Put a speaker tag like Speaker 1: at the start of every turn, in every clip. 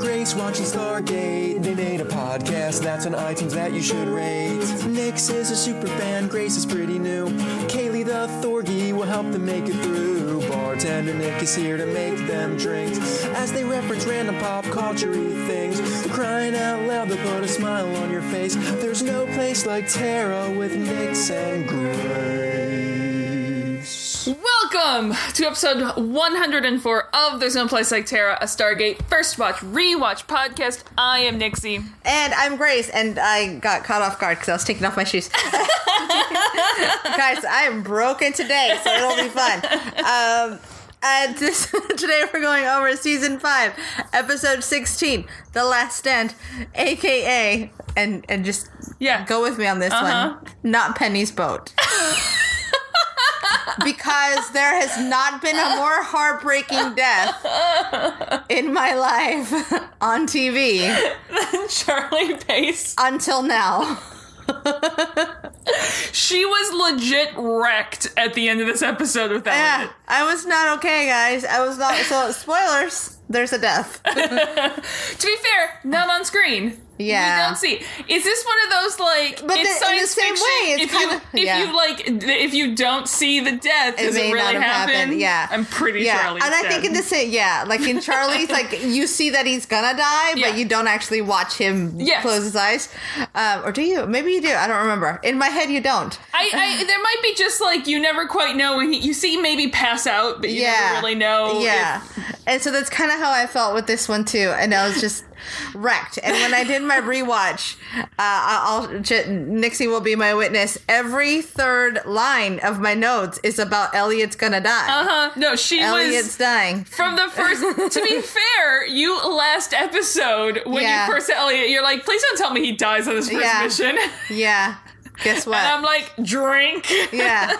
Speaker 1: space watching Stargate. They made a podcast that's on iTunes that you should rate. Nix is a super fan, Grace is pretty new. Kaylee the Thorgy will help them make it through. Bartender Nick is here to make them drinks as they reference random pop culture things. Crying out loud, they'll put a smile on your face. There's no place like Tara with Nix and Grace.
Speaker 2: Welcome to episode 104 of There's No Place Like Terra, a Stargate First Watch Rewatch podcast. I am Nixie.
Speaker 3: And I'm Grace, and I got caught off guard because I was taking off my shoes. Guys, I am broken today, so it'll be fun. Um, and this, today we're going over season five, episode sixteen, "The Last Stand," aka and and just
Speaker 2: Yeah.
Speaker 3: go with me on this
Speaker 2: Uh-huh.
Speaker 3: one. Not Penny's boat. because there has not been a more heartbreaking death in my life on TV
Speaker 2: Charlie Pace.
Speaker 3: until now.
Speaker 2: She was legit wrecked at the end of this episode with that.
Speaker 3: Yeah, I was not okay, guys. I was not. So, spoilers. There's a death.
Speaker 2: one. To be fair, not on screen.
Speaker 3: Yeah.
Speaker 2: We don't see. Is this one of those like
Speaker 3: But
Speaker 2: it's
Speaker 3: the- in the
Speaker 2: science
Speaker 3: same
Speaker 2: fiction?
Speaker 3: way, it's
Speaker 2: if
Speaker 3: kinda-
Speaker 2: you if
Speaker 3: yeah.
Speaker 2: you like if you don't see the death, does it
Speaker 3: may
Speaker 2: really
Speaker 3: not have
Speaker 2: happen?
Speaker 3: happened, yeah.
Speaker 2: I'm pretty
Speaker 3: yeah,
Speaker 2: sure.
Speaker 3: and I think in the same, yeah, like in Charlie's, like you see that he's gonna die, but
Speaker 2: Yeah.
Speaker 3: you don't actually watch him
Speaker 2: Yes.
Speaker 3: close his eyes, um, or do you? Maybe you do. I don't remember. In my head, you don't.
Speaker 2: I, I there might be just like you never quite know when he, you see maybe pass out, but you
Speaker 3: yeah,
Speaker 2: never really know.
Speaker 3: Yeah, and so that's kind of how I felt with this one too, and I was just wrecked. And when I did my rewatch, uh, I'll J- Nixie will be my witness. Every third line of my notes is about Elliot's gonna die.
Speaker 2: Uh huh. No, she
Speaker 3: Elliot's
Speaker 2: was
Speaker 3: dying.
Speaker 2: from the first. to be fair, you last episode when
Speaker 3: Yeah.
Speaker 2: you first said Elliot, you're like, please don't tell me he dies on this first
Speaker 3: Yeah.
Speaker 2: mission.
Speaker 3: Yeah, guess what?
Speaker 2: And I'm like, drink.
Speaker 3: yeah.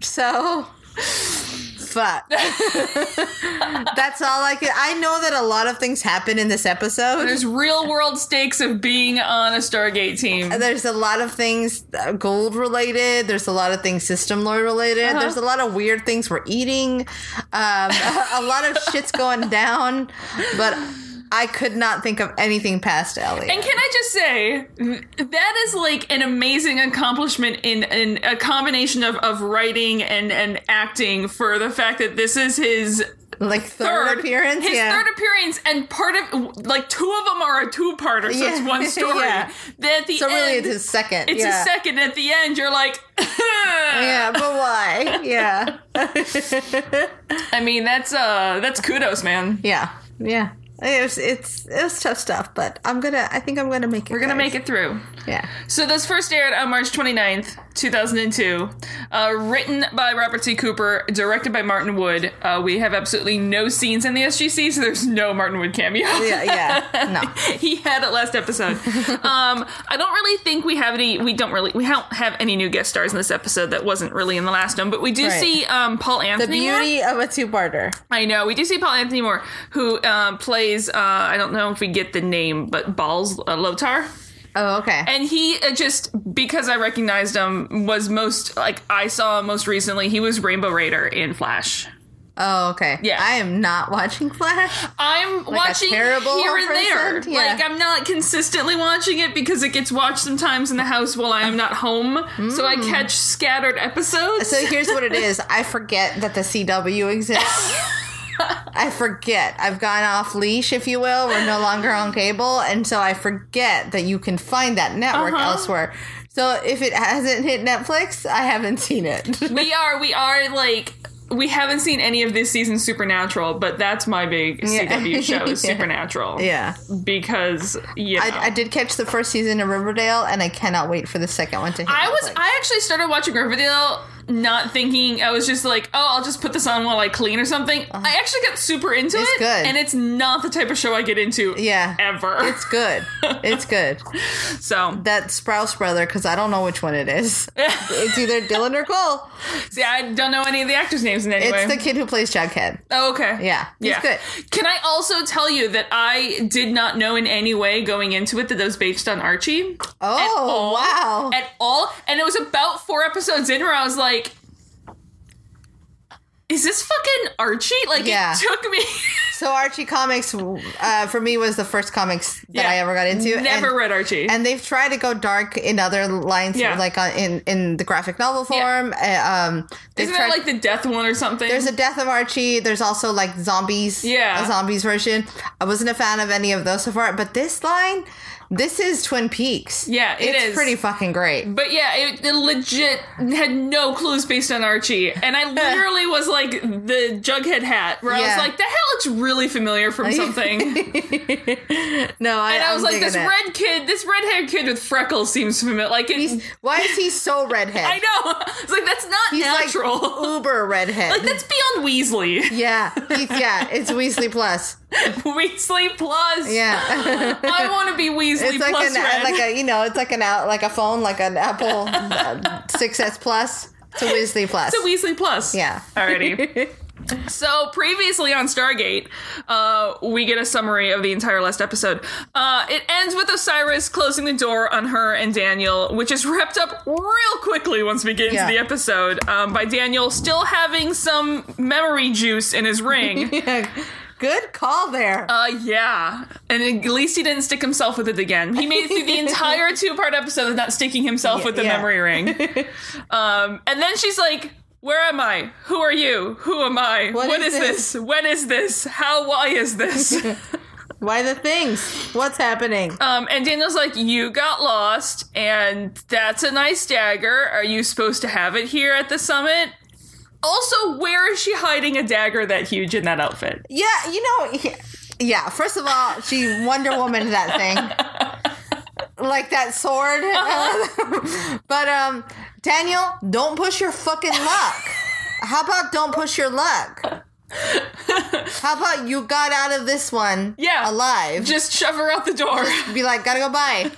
Speaker 3: So, fuck. That's all I can. I know that a lot of things happen in this episode.
Speaker 2: There's real world stakes of being on a Stargate team.
Speaker 3: There's a lot of things uh, gold related. There's a lot of things system lore related.
Speaker 2: Uh-huh.
Speaker 3: There's a lot of weird things we're eating. Um, a, a lot of shit's going down. But I could not think of anything past Elliot.
Speaker 2: And can I just say th- that is like an amazing accomplishment in, in a combination of, of writing and, and acting for the fact that this is his
Speaker 3: like third, appearance.
Speaker 2: His
Speaker 3: yeah.
Speaker 2: third appearance, and part of like two of them are a two-parter, so it's
Speaker 3: Yeah.
Speaker 2: one story.
Speaker 3: Yeah.
Speaker 2: That at the
Speaker 3: so really,
Speaker 2: end,
Speaker 3: it's his second.
Speaker 2: it's
Speaker 3: yeah.
Speaker 2: a second. At the end, you're like,
Speaker 3: Yeah, but why? Yeah.
Speaker 2: I mean, that's uh, that's kudos, man.
Speaker 3: Yeah, yeah. It's it's it's tough stuff, but I'm gonna. I think I'm gonna make it.
Speaker 2: We're gonna make it through.
Speaker 3: Yeah.
Speaker 2: So those first aired on March 29th, 2002. Uh, written by Robert C. Cooper, directed by Martin Wood. Uh, we have absolutely no scenes in the SGC, so there's no Martin Wood cameo.
Speaker 3: Yeah, yeah. No.
Speaker 2: he had it last episode. um, I don't really think we have any. We don't really. We don't have any new guest stars in this episode that wasn't really in the last one. But we do
Speaker 3: Right.
Speaker 2: see um, Paul
Speaker 3: The
Speaker 2: Anthony. Moore.
Speaker 3: beauty of a two-parter.
Speaker 2: I know we do see Paul Anthony Moore, who um, plays. Uh, I don't know if we get the name, but Balls uh, Lotar.
Speaker 3: Oh, okay.
Speaker 2: And he uh, just because I recognized him was most like I saw him most recently. He was Rainbow Raider in Flash.
Speaker 3: oh, okay.
Speaker 2: Yeah.
Speaker 3: I am not watching Flash.
Speaker 2: I'm watching here and
Speaker 3: terrible
Speaker 2: there.
Speaker 3: person? Yeah.
Speaker 2: Like I'm not consistently watching it because it gets watched sometimes in the house while I am not home. So I catch scattered episodes.
Speaker 3: Mm. So here's what it is. I forget that the CW exists. I forget. I've gone off leash, if you will. We're no longer on cable, and so I forget that you can find that network
Speaker 2: Uh-huh.
Speaker 3: elsewhere. So if it hasn't hit Netflix, I haven't seen it.
Speaker 2: we are we are like we haven't seen any of this season Supernatural, but that's my big
Speaker 3: Yeah.
Speaker 2: CW show is
Speaker 3: Yeah.
Speaker 2: Supernatural.
Speaker 3: yeah.
Speaker 2: Because yeah.
Speaker 3: I, I did catch the first season of Riverdale, and I cannot wait for the second one to hit.
Speaker 2: I was
Speaker 3: Netflix.
Speaker 2: I actually started watching Riverdale not thinking I was just like, oh, I'll just put this on while I clean or something. I actually got super into
Speaker 3: Uh-huh. It's
Speaker 2: it.
Speaker 3: good.
Speaker 2: And it's not the type of show I get into
Speaker 3: Yeah.
Speaker 2: ever.
Speaker 3: It's good. It's good.
Speaker 2: so
Speaker 3: That Sprouse brother, because I don't know which one it is. It's either Dylan or Cole.
Speaker 2: see I don't know any of the actors' names in any way.
Speaker 3: It's the kid who plays Jughead.
Speaker 2: oh, okay.
Speaker 3: Yeah, he's
Speaker 2: yeah.
Speaker 3: good.
Speaker 2: Can I also tell you that I did not know in any way going into it that that was based on Archie? at all,
Speaker 3: Oh wow!
Speaker 2: at all. And it was about four episodes in where I was like, "Is this fucking Archie?" Like
Speaker 3: Yeah.
Speaker 2: it took me
Speaker 3: So Archie comics uh, for me was the first comics that
Speaker 2: Yeah.
Speaker 3: I ever got into.
Speaker 2: Never
Speaker 3: and,
Speaker 2: read Archie.
Speaker 3: And they've tried to go dark in other lines,
Speaker 2: Yeah.
Speaker 3: like on, in in the graphic novel
Speaker 2: Yeah.
Speaker 3: form. Uh, um, they've
Speaker 2: Isn't
Speaker 3: tried-
Speaker 2: that like the death one or something?
Speaker 3: there's a Death of Archie. There's also like zombies.
Speaker 2: Yeah.
Speaker 3: a zombies version. I wasn't a fan of any of those so far, but this line, this is Twin Peaks.
Speaker 2: Yeah, it
Speaker 3: it's
Speaker 2: is.
Speaker 3: pretty fucking great.
Speaker 2: But yeah, it, it legit had no clues based on Archie, and I literally was like the Jughead hat, where I
Speaker 3: Yeah.
Speaker 2: was like, "The hell looks really familiar from something." and
Speaker 3: No, I,
Speaker 2: I was
Speaker 3: I'm
Speaker 2: like, "This
Speaker 3: digging it.
Speaker 2: red kid, this red-haired kid with freckles seems familiar." Like, it,
Speaker 3: He's- why is he so redhead?
Speaker 2: I know, it's like that's not
Speaker 3: He's
Speaker 2: natural. Like,
Speaker 3: like uber redhead.
Speaker 2: that's beyond Weasley.
Speaker 3: yeah, he's, yeah, it's Weasley plus.
Speaker 2: Weasley plus.
Speaker 3: Yeah,
Speaker 2: I want to be Weasley
Speaker 3: it's like
Speaker 2: plus
Speaker 3: an uh,
Speaker 2: red.
Speaker 3: like a you know it's like an out like a phone like an Apple uh, 6S plus. It's a Weasley plus.
Speaker 2: to Weasley Plus.
Speaker 3: Yeah.
Speaker 2: Alrighty. so previously on Stargate, uh, we get a summary of the entire last episode. Uh, it ends with Osiris closing the door on her and Daniel, which is wrapped up real quickly once we get into
Speaker 3: Yeah.
Speaker 2: the episode um, by Daniel still having some memory juice in his ring.
Speaker 3: Good call there.
Speaker 2: Uh, yeah. And at least he didn't stick himself with it again. He made it through the entire two part episode of not sticking himself
Speaker 3: Yeah,
Speaker 2: with the
Speaker 3: yeah.
Speaker 2: memory ring. Um, and then she's like, Where am I? Who are you? Who am I?
Speaker 3: What
Speaker 2: what
Speaker 3: is
Speaker 2: is, this? When is this? How? Why is this?
Speaker 3: Why the things? What's happening?
Speaker 2: um, and Daniel's like, You got lost, and that's a nice dagger. Are you supposed to have it here at the summit? Also, where is she hiding a dagger that huge in that outfit?
Speaker 3: Yeah, you know, yeah, yeah. First of all, she Wonder Woman that thing, like that sword.
Speaker 2: Uh-huh.
Speaker 3: but um, Daniel, don't push your fucking luck. How about don't push your luck? How about you got out of this one,
Speaker 2: Yeah.
Speaker 3: alive?
Speaker 2: Just shove her out the door.
Speaker 3: Be like, gotta go by.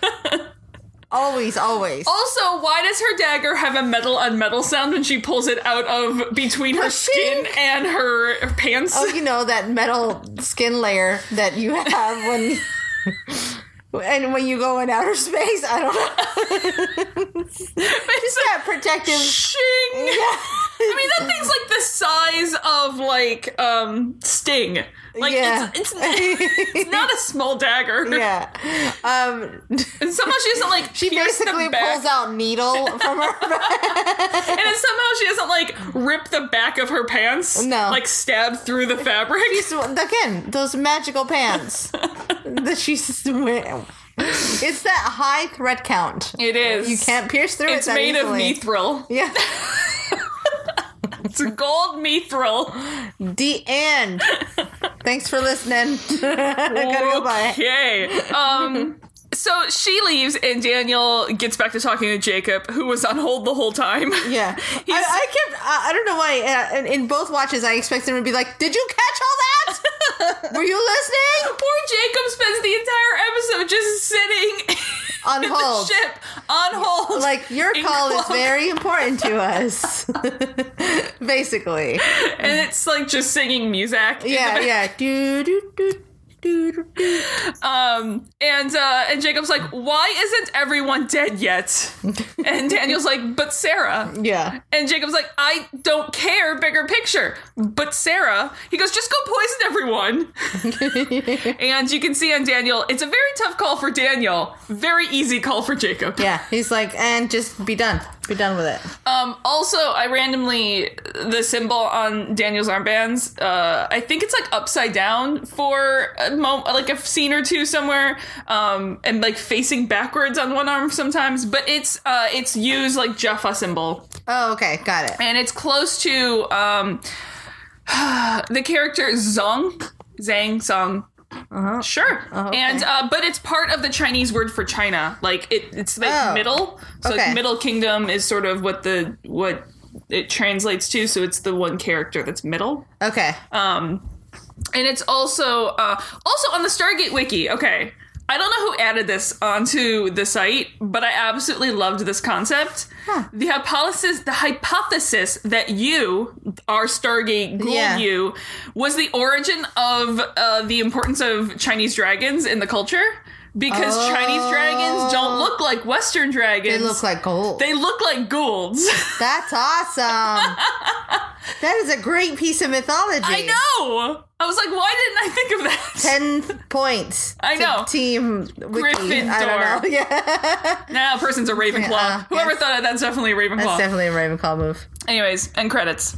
Speaker 3: always, always.
Speaker 2: Also, why does her dagger have a metal on metal sound when she pulls it out of between her skin and her pants?
Speaker 3: Oh, you know that metal skin layer that you have when. And when you go in outer space, I don't know.
Speaker 2: it's a
Speaker 3: that protective.
Speaker 2: shing. I mean, that thing's like the size of like um Sting. Like
Speaker 3: Yeah.
Speaker 2: it's, it's it's not a small dagger.
Speaker 3: yeah. Um,
Speaker 2: And somehow she doesn't like
Speaker 3: she
Speaker 2: pierce the
Speaker 3: basically
Speaker 2: back-
Speaker 3: pulls out needle from her.
Speaker 2: and then somehow she doesn't like rip the back of her pants.
Speaker 3: No.
Speaker 2: like stab through the fabric.
Speaker 3: Again, those magical pants that she's wearing. It's that high thread count.
Speaker 2: It is.
Speaker 3: You can't pierce through it
Speaker 2: It's
Speaker 3: that
Speaker 2: made
Speaker 3: easily.
Speaker 2: of mithril.
Speaker 3: Yeah.
Speaker 2: It's a gold mithril.
Speaker 3: The end. Thanks for listening. Gotta go bye.
Speaker 2: Okay. Um. So she leaves, and Daniel gets back to talking to Jacob, who was on hold the whole time.
Speaker 3: Yeah, I, I kept. I, I don't know why. Uh, in, in both watches, I expected him to be like, "Did you catch all that? Were you listening?"
Speaker 2: Poor Jacob spends the entire episode just sitting
Speaker 3: On
Speaker 2: in
Speaker 3: hold.
Speaker 2: the ship on hold.
Speaker 3: Like your
Speaker 2: in
Speaker 3: call is
Speaker 2: cloak.
Speaker 3: very important to us. Basically.
Speaker 2: and it's like just singing music. in
Speaker 3: Yeah,
Speaker 2: the
Speaker 3: yeah. Do, do, do, do, do, do.
Speaker 2: Um, and uh, and Jacob's like, why isn't everyone dead yet? and Daniel's like, but Sarah.
Speaker 3: Yeah.
Speaker 2: And Jacob's like, I don't care, bigger picture. But Sarah, he goes, just go poison everyone. and you can see on Daniel, it's a very tough call for Daniel, very easy call for Jacob.
Speaker 3: Yeah. He's like, and just be done. Be done with it.
Speaker 2: Um, also, I randomly, the symbol on Daniel's armbands, uh, I think it's like upside down for a mo- like a scene or two somewhere, um, and like facing backwards on one arm sometimes, but it's, uh, it's used like Jaffa symbol
Speaker 3: Oh, okay. Got it.
Speaker 2: and it's close to um, the character Zong, Zhang Zong. Sure,
Speaker 3: Uh-huh. okay.
Speaker 2: and uh, but it's part of the Chinese word for China. Like it, it's like
Speaker 3: Oh.
Speaker 2: middle. So like,
Speaker 3: Okay.
Speaker 2: middle kingdom is sort of what the what it translates to. So it's the one character that's middle.
Speaker 3: Okay.
Speaker 2: Um, and it's also uh, also on the Stargate wiki. Okay, I don't know who added this onto the site, but I absolutely loved this concept. The hypothesis, the hypothesis that you are Stargate Ghoul
Speaker 3: Yeah.
Speaker 2: you was the origin of uh, the importance of Chinese dragons in the culture. Because
Speaker 3: Oh.
Speaker 2: Chinese dragons don't look like Western dragons.
Speaker 3: They look like gold.
Speaker 2: they look like ghouls.
Speaker 3: That's awesome. That is a great piece of mythology.
Speaker 2: I know. I was like, why didn't I think of that?
Speaker 3: Ten points.
Speaker 2: I
Speaker 3: to
Speaker 2: know.
Speaker 3: Team Wiki. I
Speaker 2: Gryffindor.
Speaker 3: don't know. Yeah,
Speaker 2: Nah, that person's a Ravenclaw.
Speaker 3: Yeah, uh,
Speaker 2: Whoever
Speaker 3: yes.
Speaker 2: thought of that's definitely a Ravenclaw.
Speaker 3: that's definitely a Ravenclaw move.
Speaker 2: Anyways, and credits.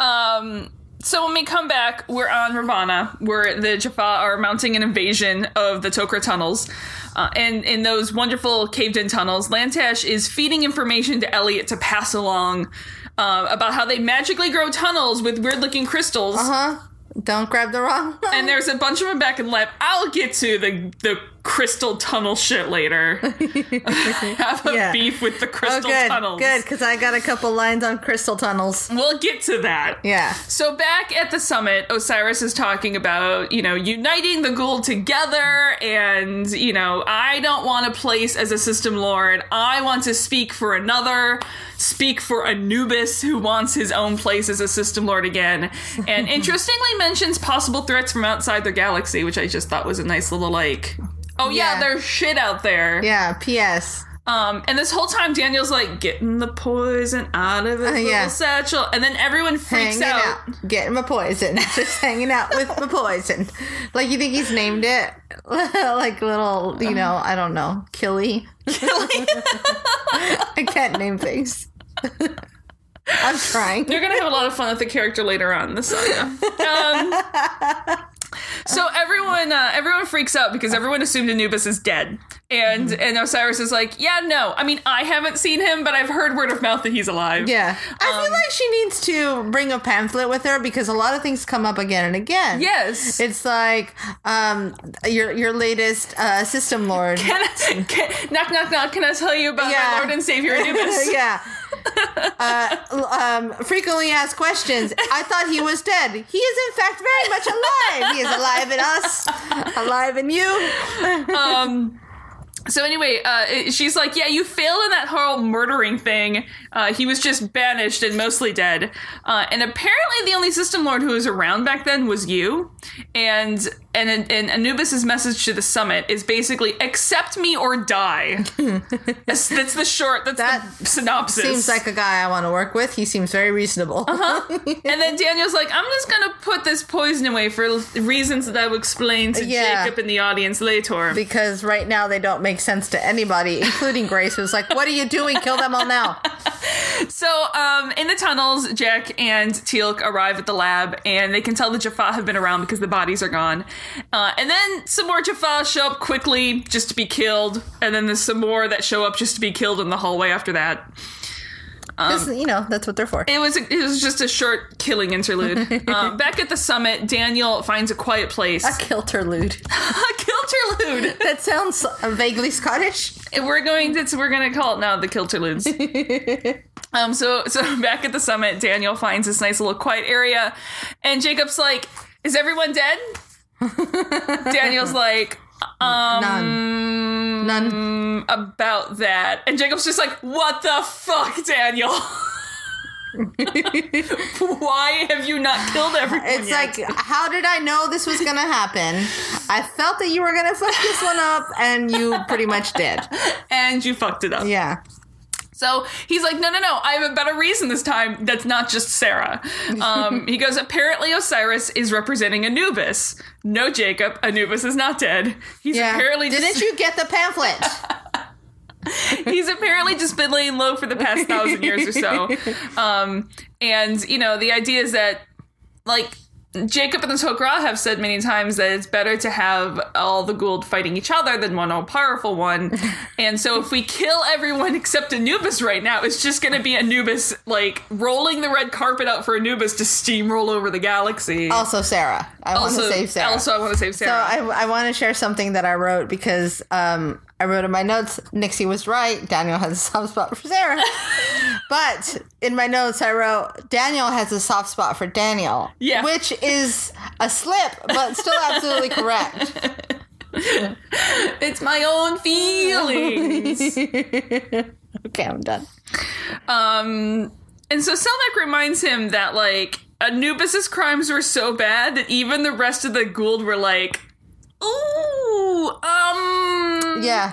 Speaker 2: Um, so when we come back, we're on Ravana, where the Jaffa are mounting an invasion of the Tok'ra tunnels. Uh, and in those wonderful caved-in tunnels, Lantash is feeding information to Elliot to pass along uh, about how they magically grow tunnels with weird-looking crystals.
Speaker 3: Huh? Don't grab the wrong. one.
Speaker 2: And there's a bunch of them back in lab. I'll get to the the crystal tunnel shit later. Have a
Speaker 3: Yeah.
Speaker 2: beef with the
Speaker 3: oh,
Speaker 2: crystal
Speaker 3: good,
Speaker 2: tunnels.
Speaker 3: good, because I got a couple lines on crystal tunnels.
Speaker 2: We'll get to that.
Speaker 3: Yeah.
Speaker 2: So back at the summit, Osiris is talking about, you know, uniting the Gould together and, you know, I don't want a place as a system lord. I want to speak for another, speak for Anubis who wants his own place as a system lord again. And interestingly mentions possible threats from outside their galaxy, which I just thought was a nice little like Oh yeah,
Speaker 3: Yeah.
Speaker 2: there's shit out there.
Speaker 3: Yeah. P.S.
Speaker 2: Um, and this whole time Daniel's like getting the poison out of his little
Speaker 3: Uh, yeah.
Speaker 2: satchel, and then everyone freaks
Speaker 3: Hanging out. getting my poison, just hanging out with my poison. Like you think he's named it, like little, you know, I don't know, Killy. I can't name things. I'm trying.
Speaker 2: You're gonna have a lot of fun with the character later on in the saga. Um, so everyone, uh, everyone freaks out because everyone assumed Anubis is dead, and
Speaker 3: Mm-hmm.
Speaker 2: and Osiris is like, yeah, no. I mean, I haven't seen him, but I've heard word of mouth that he's alive.
Speaker 3: Yeah. I feel like she needs to bring a pamphlet with her because a lot of things come up again and again.
Speaker 2: Yes.
Speaker 3: It's like um your your latest uh system lord.
Speaker 2: Can I- can- knock, knock, knock. Can I tell you about my
Speaker 3: Yeah.
Speaker 2: Lord and Savior Anubis?
Speaker 3: yeah. Uh, l- um, frequently asked questions. I thought he was dead. He is, in fact, very much alive. He is alive in us, alive in you.
Speaker 2: So anyway, uh, it- she's like, "Yeah, you failed in that whole murdering thing. Uh, he was just banished and mostly dead. Uh, and apparently, the only system lord who was around back then was you. And and and Anubis's message to the summit is basically, accept me or die. that's, that's the short. That's
Speaker 3: That
Speaker 2: the synopsis.
Speaker 3: Seems like a guy I want to work with. He seems very reasonable.
Speaker 2: and then Daniel's like, I'm just gonna put this poison away for l- reasons that I will explain to
Speaker 3: Yeah.
Speaker 2: Jacob in the audience later.
Speaker 3: Because right now they don't make sense to anybody, including Grace, who's like, What are you doing? Kill them all now.
Speaker 2: So, um, in the tunnels, Jack and Teal'c arrive at the lab, and they can tell the Jaffa have been around because the bodies are gone. Uh, and then some more Jaffa show up quickly just to be killed, and then there's some more that show up just to be killed in the hallway after that.
Speaker 3: 'Cause, you know, that's what they're for.
Speaker 2: It was it was just a short killing interlude. um, back at the summit, Daniel finds a quiet place.
Speaker 3: A kilterlude.
Speaker 2: Kilterlude.
Speaker 3: That sounds vaguely Scottish.
Speaker 2: We're going
Speaker 3: Mm.
Speaker 2: to we're gonna call it now the Kilterludes. Um, so so back at the summit, Daniel finds this nice little quiet area, and Jacob's like, "Is everyone dead?" Daniel's like, "Um,
Speaker 3: None. None.
Speaker 2: "About that," and Jacob's just like, "What the fuck, Daniel? Why have you not killed everyone?"
Speaker 3: It's
Speaker 2: yet?"
Speaker 3: like, how did I know this was gonna happen? I felt that you were gonna fuck this one up, and you pretty much did.
Speaker 2: and you fucked it up.
Speaker 3: Yeah,
Speaker 2: So he's like, no, no, no, I have a better reason this time. That's not just Sarah. Um, he goes, apparently Osiris is representing Anubis. No, Jacob, Anubis is not dead. He's
Speaker 3: yeah.
Speaker 2: apparently
Speaker 3: Didn't
Speaker 2: just,
Speaker 3: you get the pamphlet?
Speaker 2: he's apparently just been laying low for the past thousand years or so. Um, and you know, the idea is that like Jacob and the Tok'ra have said many times that it's better to have all the Gould fighting each other than one all powerful one. and so if we kill everyone except Anubis right now, it's just going to be Anubis like rolling the red carpet out for Anubis to steamroll over the galaxy.
Speaker 3: Also, Sarah. I want to
Speaker 2: also,
Speaker 3: save Sarah.
Speaker 2: also, I want to save
Speaker 3: so
Speaker 2: Sarah.
Speaker 3: I, I want to share something that I wrote because um, I wrote in my notes. Nixie was right. Daniel has a soft spot for Sarah, but in my notes I wrote Daniel has a soft spot for Daniel.
Speaker 2: Yeah.
Speaker 3: which is a slip, but still absolutely correct.
Speaker 2: it's my own feelings.
Speaker 3: Okay, I'm done.
Speaker 2: Um, and so Selmac reminds him that like Anubis's crimes were so bad that even the rest of the Gould were like, "Ooh, um,
Speaker 3: Yeah.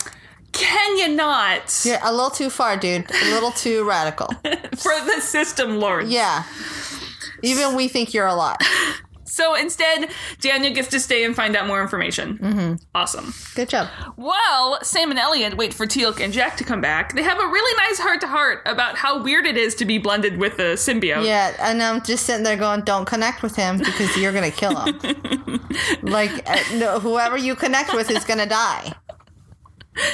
Speaker 2: can you not
Speaker 3: You're a little too far, dude. A little too radical.
Speaker 2: for the system lords?"
Speaker 3: Yeah. Even we think you're a lot.
Speaker 2: So instead, Daniel gets to stay and find out more information. Mm-hmm. Awesome.
Speaker 3: Good job.
Speaker 2: While Sam and Elliot wait for Teal'c and Jack to come back, they have a really nice heart to heart about how weird it is to be blended with the symbiote.
Speaker 3: Yeah, and I'm just sitting there going, "Don't connect with him because you're gonna kill him. like, uh, no, whoever you connect with is gonna die."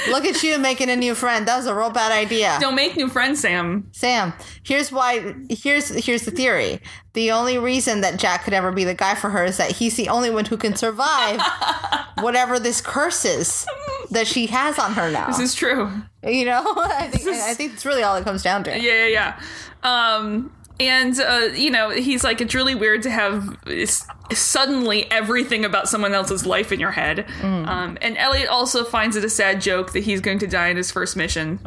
Speaker 3: Look at you making a new friend. That was a real bad idea.
Speaker 2: Don't make new friends, Sam.
Speaker 3: Sam, here's why. Here's here's the theory. The only reason that Jack could ever be the guy for her is that he's the only one who can survive whatever this curse is that she has on her now.
Speaker 2: This is true.
Speaker 3: you know, I think I think it's really all it comes down to.
Speaker 2: Yeah, yeah, yeah. Um, and uh, you know, he's like, it's really weird to have s- suddenly everything about someone else's life in your head. Um, and Elliot also finds it a sad joke that he's going to die in his first mission.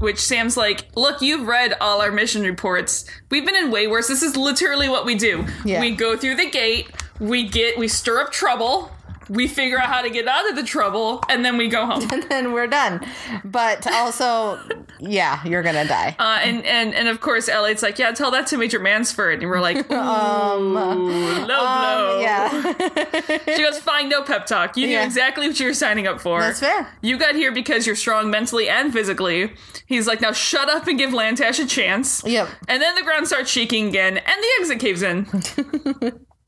Speaker 2: Which Sam's like, look, you've read all our mission reports. We've been in way worse. This is literally what we do.
Speaker 3: Yeah.
Speaker 2: We go through the gate. We get, we stir up trouble. We figure out how to get out of the trouble, and then we go home.
Speaker 3: And then we're done. But also, yeah, you're gonna die.
Speaker 2: Uh, and, and and of course, Elliot's like, yeah, tell that to Major Mansford. And we're like, ooh, low blow.
Speaker 3: Um, yeah,
Speaker 2: She goes, fine, no pep talk. You
Speaker 3: Yeah.
Speaker 2: knew exactly what you were signing up for.
Speaker 3: that's fair.
Speaker 2: You got here because you're strong mentally and physically. He's like, now shut up and give Lantash a chance.
Speaker 3: Yep.
Speaker 2: And then the ground starts shaking again, and the exit caves in.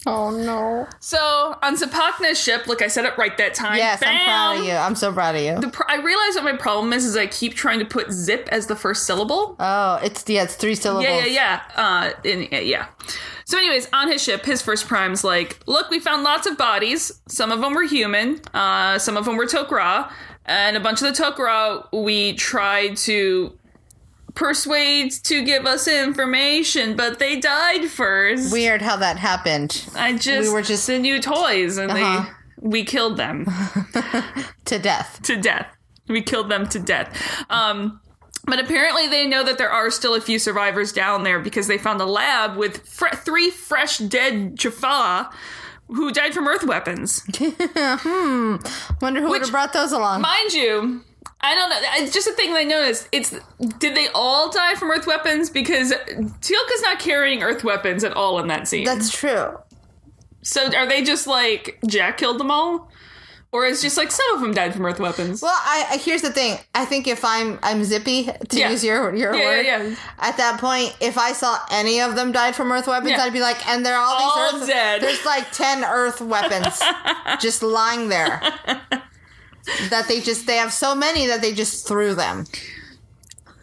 Speaker 3: Oh no.
Speaker 2: so on Zapakna's ship, look, I said it right that time.
Speaker 3: Yes, I'm proud of
Speaker 2: Bam!
Speaker 3: you. I'm so proud of you.
Speaker 2: The pr- I realize what my problem is, is I keep trying to put zip as the first syllable.
Speaker 3: Oh, it's yeah, it's three syllables.
Speaker 2: Yeah, yeah, yeah. Uh, in, uh, yeah. So, anyways, on his ship, his first prime's like, look, we found lots of bodies. Some of them were human. Uh, some of them were Tok'ra, and a bunch of the Tok'ra we tried to persuade to give us information, but they died first.
Speaker 3: Weird how that happened
Speaker 2: I just
Speaker 3: we were just-
Speaker 2: the new toys, and
Speaker 3: Uh-huh.
Speaker 2: they we killed them
Speaker 3: to death.
Speaker 2: to death. We killed them to death. Um, but apparently, they know that there are still a few survivors down there because they found a lab with fre- three fresh dead Jaffa who died from earth weapons.
Speaker 3: Wonder who would have brought those along.
Speaker 2: Mind you, I don't know. It's just a thing they noticed. It's did they all die from earth weapons? Because Teal'c's not carrying earth weapons at all in that scene.
Speaker 3: That's true.
Speaker 2: so are they just like Jack killed them all, or is just like some of them died from earth weapons?
Speaker 3: Well, I, I here's the thing. I think if I'm I'm zippy to
Speaker 2: Yeah.
Speaker 3: use your your
Speaker 2: Yeah,
Speaker 3: word
Speaker 2: yeah, yeah.
Speaker 3: at that point, if I saw any of them died from earth weapons,
Speaker 2: Yeah.
Speaker 3: I'd be like, and they're all,
Speaker 2: All
Speaker 3: these earth,
Speaker 2: dead.
Speaker 3: There's like ten earth weapons just lying there. That they just they have so many that they just threw them.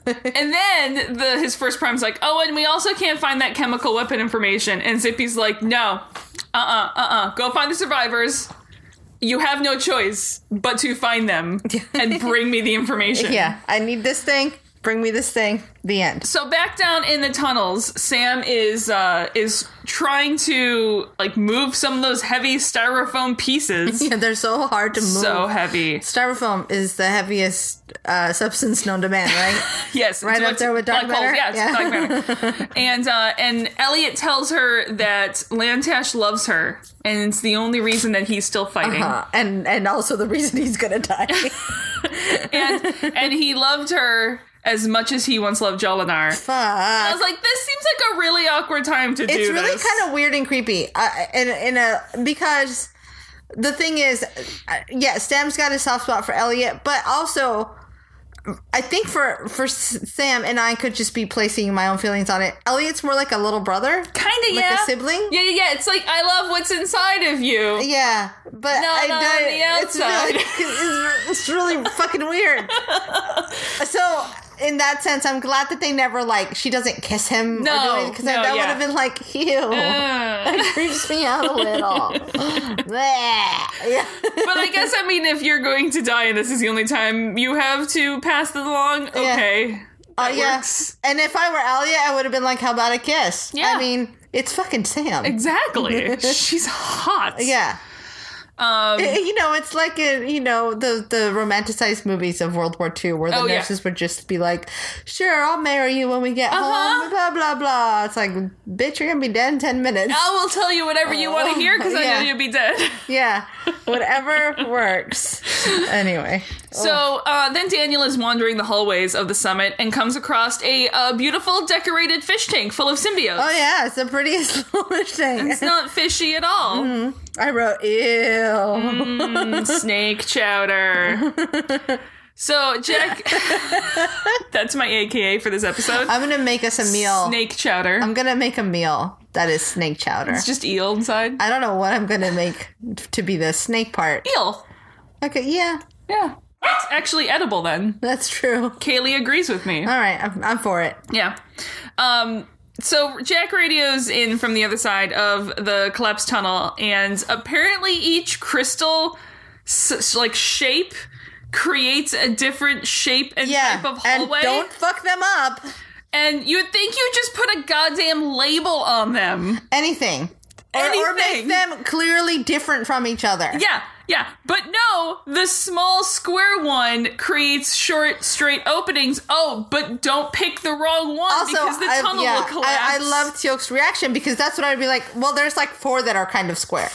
Speaker 2: And then the his first prime's like, oh, and we also can't find that chemical weapon information. And Zippy's like, no, uh, uh, uh, uh, go find the survivors. You have no choice but to find them and bring me the information.
Speaker 3: Yeah, I need this thing. Bring me this thing. The end.
Speaker 2: So back down in the tunnels, Sam is uh, is trying to like move some of those heavy styrofoam pieces.
Speaker 3: Yeah, they're so hard to move.
Speaker 2: so heavy,
Speaker 3: Styrofoam is the heaviest uh, substance known to man, right?
Speaker 2: yes,
Speaker 3: Right
Speaker 2: it's
Speaker 3: up
Speaker 2: what's-
Speaker 3: there with dark
Speaker 2: black holes.
Speaker 3: matter?
Speaker 2: Yes,
Speaker 3: Yeah.
Speaker 2: dark matter. and uh, and Elliot tells her that Lantash loves her, and it's the only reason that he's still fighting.
Speaker 3: Uh, and and also the reason he's gonna die.
Speaker 2: And and he loved her as much as he once loved Jolinar.
Speaker 3: Fuck.
Speaker 2: I was like, this seems like a really awkward time to
Speaker 3: it's
Speaker 2: do
Speaker 3: really
Speaker 2: this.
Speaker 3: kind of weird and creepy uh, in, in a because the thing is uh, yeah sam's got a soft spot for elliot but also i think for for S- sam and i could just be placing my own feelings on it elliot's more like a little brother
Speaker 2: kind of
Speaker 3: like
Speaker 2: yeah.
Speaker 3: a sibling
Speaker 2: Yeah, yeah, yeah. It's like I love what's inside of you.
Speaker 3: yeah, but
Speaker 2: No,
Speaker 3: I
Speaker 2: no, on
Speaker 3: don't-
Speaker 2: the
Speaker 3: it's really, it's, it's really fucking weird. So, in that sense, I'm glad that they never like she doesn't kiss him.
Speaker 2: No,
Speaker 3: because
Speaker 2: no, yeah.
Speaker 3: that would have been like ew.
Speaker 2: Uh,
Speaker 3: creeps me out a little. Bleh. yeah.
Speaker 2: but I guess I mean, if you're going to die and this is the only time you have to pass it along, okay,
Speaker 3: Oh,
Speaker 2: that
Speaker 3: yeah.
Speaker 2: works
Speaker 3: And if I were Alia, I would have been like, "How about a kiss?"
Speaker 2: Yeah.
Speaker 3: I mean, it's fucking Sam.
Speaker 2: exactly. She's hot.
Speaker 3: Yeah.
Speaker 2: Um,
Speaker 3: Eh, You know, it's like in you know the the romanticized movies of World War II where the
Speaker 2: Oh, yeah.
Speaker 3: nurses would just be like, "Sure, I'll marry you when we get
Speaker 2: Uh-huh.
Speaker 3: home." Blah blah blah. It's like, bitch, you're gonna be dead in ten minutes.
Speaker 2: I will tell you whatever you want to hear because I
Speaker 3: Yeah.
Speaker 2: know you'll be dead.
Speaker 3: Yeah, whatever works. Anyway.
Speaker 2: So uh, then Daniel is wandering the hallways of the summit and comes across a uh, beautiful decorated fish tank full of symbiotes.
Speaker 3: Oh yeah, it's the prettiest little fish thing.
Speaker 2: It's not fishy at all.
Speaker 3: mm. I wrote ew.
Speaker 2: Mm-hmm. Snake chowder. So Jack, that's my AKA for this episode.
Speaker 3: I'm gonna make us a meal.
Speaker 2: Snake chowder.
Speaker 3: I'm gonna make a meal that is snake chowder.
Speaker 2: it's just eel inside.
Speaker 3: I don't know what I'm gonna make to be the snake part.
Speaker 2: Eel.
Speaker 3: Okay, yeah,
Speaker 2: Yeah. It's actually edible then.
Speaker 3: that's true.
Speaker 2: Kaylee agrees with me.
Speaker 3: All right, I'm, I'm for it.
Speaker 2: Yeah. Um, so Jack radios in from the other side of the collapse tunnel, and apparently each crystal, s- like shape, creates a different shape and
Speaker 3: Yeah,
Speaker 2: type of
Speaker 3: and
Speaker 2: hallway.
Speaker 3: don't fuck them up.
Speaker 2: And you'd think you just put a goddamn label on them.
Speaker 3: Anything. Or, or make
Speaker 2: Anything.
Speaker 3: them clearly different from each other.
Speaker 2: Yeah, yeah. But no, the small square one creates short, straight openings. Oh, but don't pick the wrong one
Speaker 3: Also,
Speaker 2: because the
Speaker 3: I,
Speaker 2: tunnel
Speaker 3: yeah,
Speaker 2: will collapse.
Speaker 3: I, I love Teok's reaction because that's what I'd be like. Well, there's like four that are kind of square.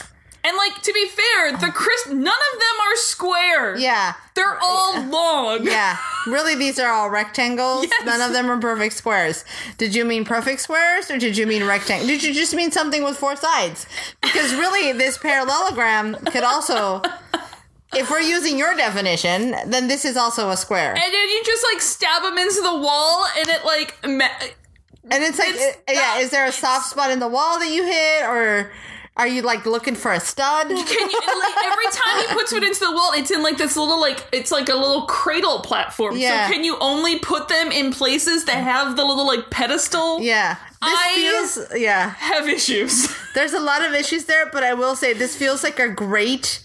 Speaker 2: And like to be fair, the Chris none of them are square.
Speaker 3: Yeah,
Speaker 2: They're all long.
Speaker 3: yeah. really, these are all rectangles.
Speaker 2: Yes.
Speaker 3: None of them are perfect squares. Did you mean perfect squares or did you mean rectangle? Did you just mean something with four sides? Because really, this parallelogram could also, if we're using your definition, then this is also a square.
Speaker 2: And then you just like stab them into the wall and it like ma-
Speaker 3: And it's like,
Speaker 2: It's
Speaker 3: uh, yeah,
Speaker 2: not-
Speaker 3: is there a soft spot in the wall that you hit, or are you like looking for a stud?
Speaker 2: can you, and, like, every time he puts it into the wall, it's in like this little like it's like a little cradle platform.
Speaker 3: Yeah.
Speaker 2: So can you only put them in places that have the little like pedestal?
Speaker 3: Yeah, this
Speaker 2: I-
Speaker 3: feels yeah.
Speaker 2: Have issues.
Speaker 3: There's a lot of issues there, but I will say this feels like a great,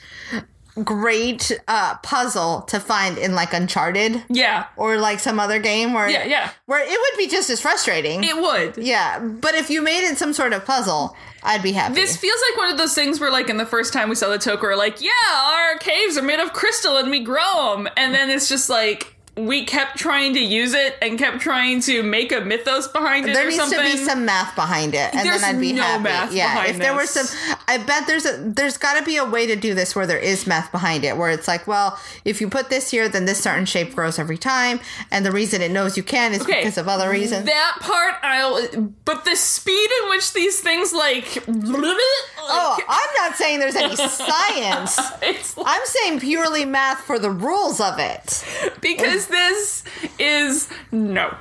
Speaker 3: great uh, puzzle to find in like Uncharted
Speaker 2: yeah.
Speaker 3: or like some other game where
Speaker 2: Yeah, yeah.
Speaker 3: where it would be just as frustrating.
Speaker 2: It would.
Speaker 3: yeah, but if you made it some sort of puzzle, I'd be happy.
Speaker 2: This feels like one of those things where, like, in the first time we saw the toque, we're like, yeah, our caves are made of crystal and we grow them. And then it's just like, we kept trying to use it and kept trying to make a mythos behind it
Speaker 3: there
Speaker 2: or
Speaker 3: needs
Speaker 2: something.
Speaker 3: to be some math behind it, and
Speaker 2: There's
Speaker 3: then I'd be
Speaker 2: no
Speaker 3: happy.
Speaker 2: math
Speaker 3: yeah,
Speaker 2: behind
Speaker 3: if there were
Speaker 2: this.
Speaker 3: some, I bet there's a there's got to be a way to do this where there is math behind it, where it's like, well, if you put this here, then this certain shape grows every time, and the reason it knows you can is
Speaker 2: Okay.
Speaker 3: because of other reasons.
Speaker 2: that part, I'll. But the speed in which these things, like.
Speaker 3: oh,
Speaker 2: like,
Speaker 3: I'm not saying there's any science.
Speaker 2: It's like,
Speaker 3: I'm saying purely math for the rules of it.
Speaker 2: because this is. No.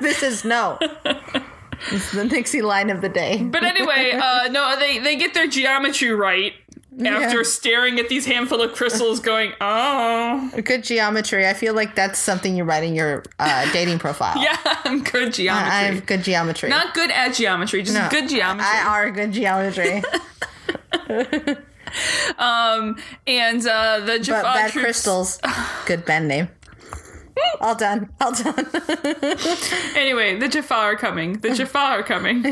Speaker 3: This is no. It's the Nixie line of the day.
Speaker 2: But anyway, uh, no, they, they get their geometry right after staring at these handful of crystals going, oh.
Speaker 3: Good geometry. I feel like that's something you write in your uh, dating profile.
Speaker 2: Yeah, I'm good geometry.
Speaker 3: I have good geometry.
Speaker 2: Not good at geometry, just
Speaker 3: No,
Speaker 2: good geometry.
Speaker 3: I are good geometry,
Speaker 2: and uh, the
Speaker 3: but
Speaker 2: Jaffa
Speaker 3: bad
Speaker 2: troops-
Speaker 3: crystals. Good band name. All done. All done.
Speaker 2: Anyway, the Jaffa are coming. The Jaffa are coming.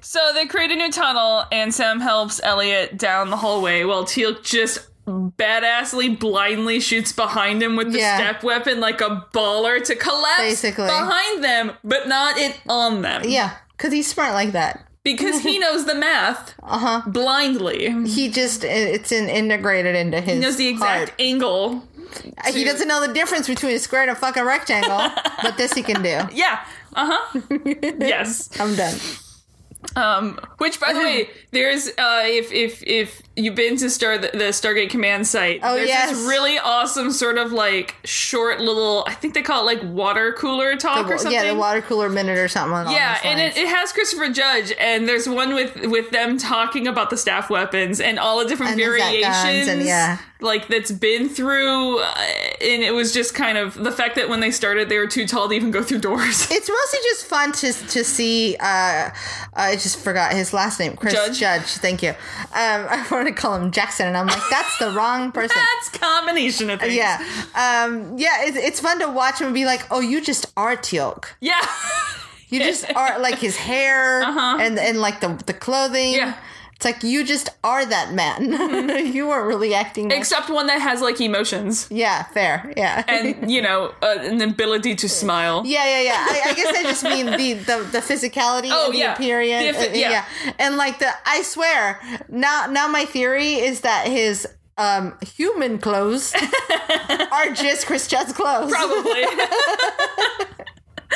Speaker 2: so they create a new tunnel, and Sam helps Elliot down the hallway while Teal just badassly blindly shoots behind him with the
Speaker 3: Yeah.
Speaker 2: step weapon like a baller to collapse
Speaker 3: Basically.
Speaker 2: behind them, but not it on them.
Speaker 3: yeah, because he's smart like that.
Speaker 2: Because he knows the math
Speaker 3: Uh huh.
Speaker 2: blindly. He
Speaker 3: He just it's in, integrated into his. He
Speaker 2: knows the exact angle.
Speaker 3: He doesn't know the difference between a square and a fucking rectangle, but this he can do.
Speaker 2: Yeah. Uh-huh. yes.
Speaker 3: I'm done.
Speaker 2: Um, which, by the way, there's uh, if if if you've been to Star the, the Stargate Command site,
Speaker 3: Oh,
Speaker 2: there's
Speaker 3: yes.
Speaker 2: this really awesome sort of like short little. I think they call it like water cooler talk or something.
Speaker 3: Yeah, the water cooler minute or something. along
Speaker 2: Yeah,
Speaker 3: those
Speaker 2: and
Speaker 3: lines.
Speaker 2: it, it has Christopher Judge, and there's one with with them talking about the staff weapons and all the different
Speaker 3: And the Zat
Speaker 2: variations,
Speaker 3: guns and- yeah.
Speaker 2: like that's been through. Uh, and it was just kind of the fact that when they started, they were too tall to even go through doors.
Speaker 3: It's mostly just fun to to see. Uh, I just forgot his last name, Chris Judge.
Speaker 2: Judge?
Speaker 3: thank you. Um, I wanted to call him Jackson, and I'm like, that's the wrong person.
Speaker 2: That's combination of things.
Speaker 3: yeah, um, yeah. It's it's fun to watch him and be like, oh, you just are Teal'c.
Speaker 2: yeah.
Speaker 3: You just are like his hair and and like the the clothing.
Speaker 2: Uh-huh. Yeah. Mm-hmm.
Speaker 3: It's like you just are that man. you are really acting. like-
Speaker 2: except one that has like emotions
Speaker 3: yeah, fair. Yeah.
Speaker 2: and you know uh, an ability to smile
Speaker 3: Yeah, yeah, yeah. I, I guess I just mean the the, the physicality
Speaker 2: Oh,
Speaker 3: and the
Speaker 2: yeah.
Speaker 3: appearance.
Speaker 2: The affi-
Speaker 3: Uh, yeah. And like the I swear, now now my theory is that his um, human clothes are just Chris Chad's clothes.
Speaker 2: Probably.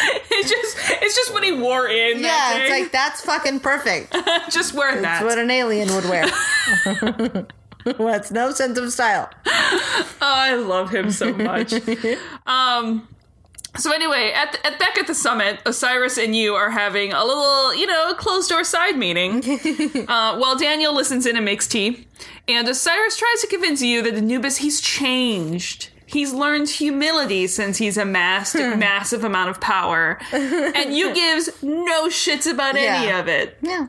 Speaker 2: it's just it's just what he wore in. that
Speaker 3: Yeah, it's
Speaker 2: day.
Speaker 3: like that's fucking perfect. That's
Speaker 2: just wear that.
Speaker 3: what an alien would wear. That's no sense of style.
Speaker 2: Oh, I love him so much. um, so anyway, at, the, at back at the summit, Osiris and you are having a little, you know, closed door side meeting, uh, while Daniel listens in and makes tea. And Osiris tries to convince you that Anubis he's changed. He's learned humility since he's amassed a
Speaker 3: Hmm.
Speaker 2: massive amount of power, and you gives no shits about any
Speaker 3: Yeah.
Speaker 2: of it.
Speaker 3: Yeah,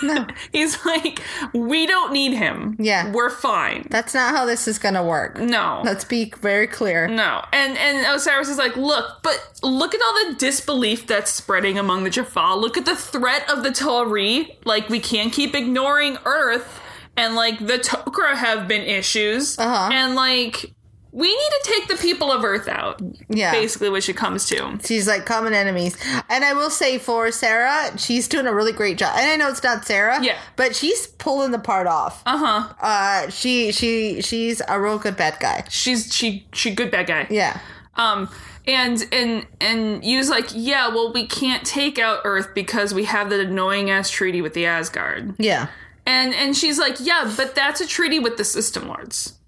Speaker 3: no,
Speaker 2: He's like, we don't need him.
Speaker 3: Yeah.
Speaker 2: we're fine.
Speaker 3: that's not how this is gonna work.
Speaker 2: no,
Speaker 3: Let's be very clear.
Speaker 2: no. And and Osiris is like, look, but look at all the disbelief that's spreading among the Jaffa. Look at the threat of the Tari. Like we can't keep ignoring Earth, and like the Tok'ra have been issues,
Speaker 3: Uh-huh.
Speaker 2: and like we need to take the people of Earth out.
Speaker 3: Yeah.
Speaker 2: basically, what she comes to.
Speaker 3: She's like common enemies. And I will say for Sarah, she's doing a really great job. And I know it's not Sarah,
Speaker 2: Yeah.
Speaker 3: but she's pulling the part off.
Speaker 2: Uh huh.
Speaker 3: Uh she she she's a real good bad guy.
Speaker 2: She's she she good bad guy.
Speaker 3: Yeah.
Speaker 2: Um, and and and Yu's like, yeah, well, we can't take out Earth because we have that annoying ass treaty with the Asgard.
Speaker 3: Yeah.
Speaker 2: And and she's like, yeah, but that's a treaty with the system lords.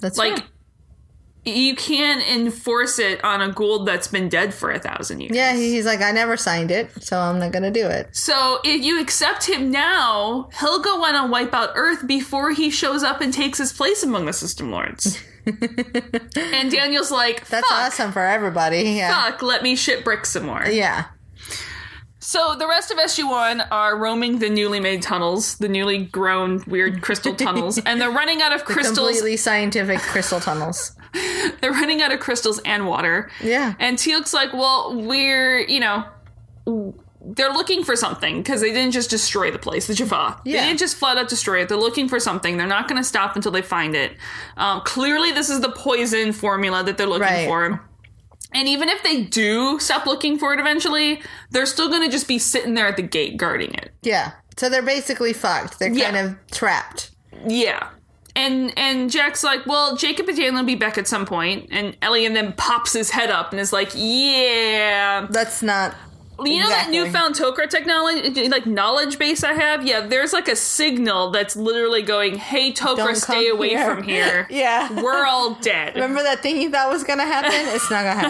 Speaker 3: That's
Speaker 2: Like,
Speaker 3: fair.
Speaker 2: you can't enforce it on a Gould that's been dead for a thousand years.
Speaker 3: Yeah, he- he's like, I never signed it, so I'm not gonna do it.
Speaker 2: So if you accept him now, he'll go on and wipe out Earth before he shows up and takes his place among the system lords. and Daniel's like,
Speaker 3: That's
Speaker 2: fuck,
Speaker 3: awesome for everybody. Yeah.
Speaker 2: fuck, let me shit brick some more.
Speaker 3: Yeah.
Speaker 2: So the rest of SG1 are roaming the newly made tunnels, the newly grown weird crystal tunnels, and they're running out of crystals.
Speaker 3: Completely scientific crystal tunnels.
Speaker 2: They're running out of crystals and water.
Speaker 3: Yeah.
Speaker 2: And Teal'c's like, well, we're, you know, they're looking for something because they didn't just destroy the place, the Jaffa.
Speaker 3: Yeah.
Speaker 2: They didn't just flat out destroy it. They're looking for something. They're not going to stop until they find it. Um, clearly, this is the poison formula that they're looking
Speaker 3: Right.
Speaker 2: for. And even if they do stop looking for it eventually, they're still going to just be sitting there at the gate guarding it.
Speaker 3: Yeah. So they're basically fucked. They're
Speaker 2: Yeah.
Speaker 3: kind of trapped.
Speaker 2: Yeah. And and Jack's like, well, Jacob and Jalen will be back at some point. And Elliot then pops his head up and is like, yeah,
Speaker 3: That's not
Speaker 2: you know
Speaker 3: Exactly.
Speaker 2: that newfound Tokra technology, like knowledge base I have. Yeah, there's like a signal that's literally going, hey Tokra,
Speaker 3: Don't
Speaker 2: stay
Speaker 3: come
Speaker 2: away
Speaker 3: here."
Speaker 2: from here.
Speaker 3: Yeah.
Speaker 2: we're all dead.
Speaker 3: Remember that thing you thought was gonna happen? It's not gonna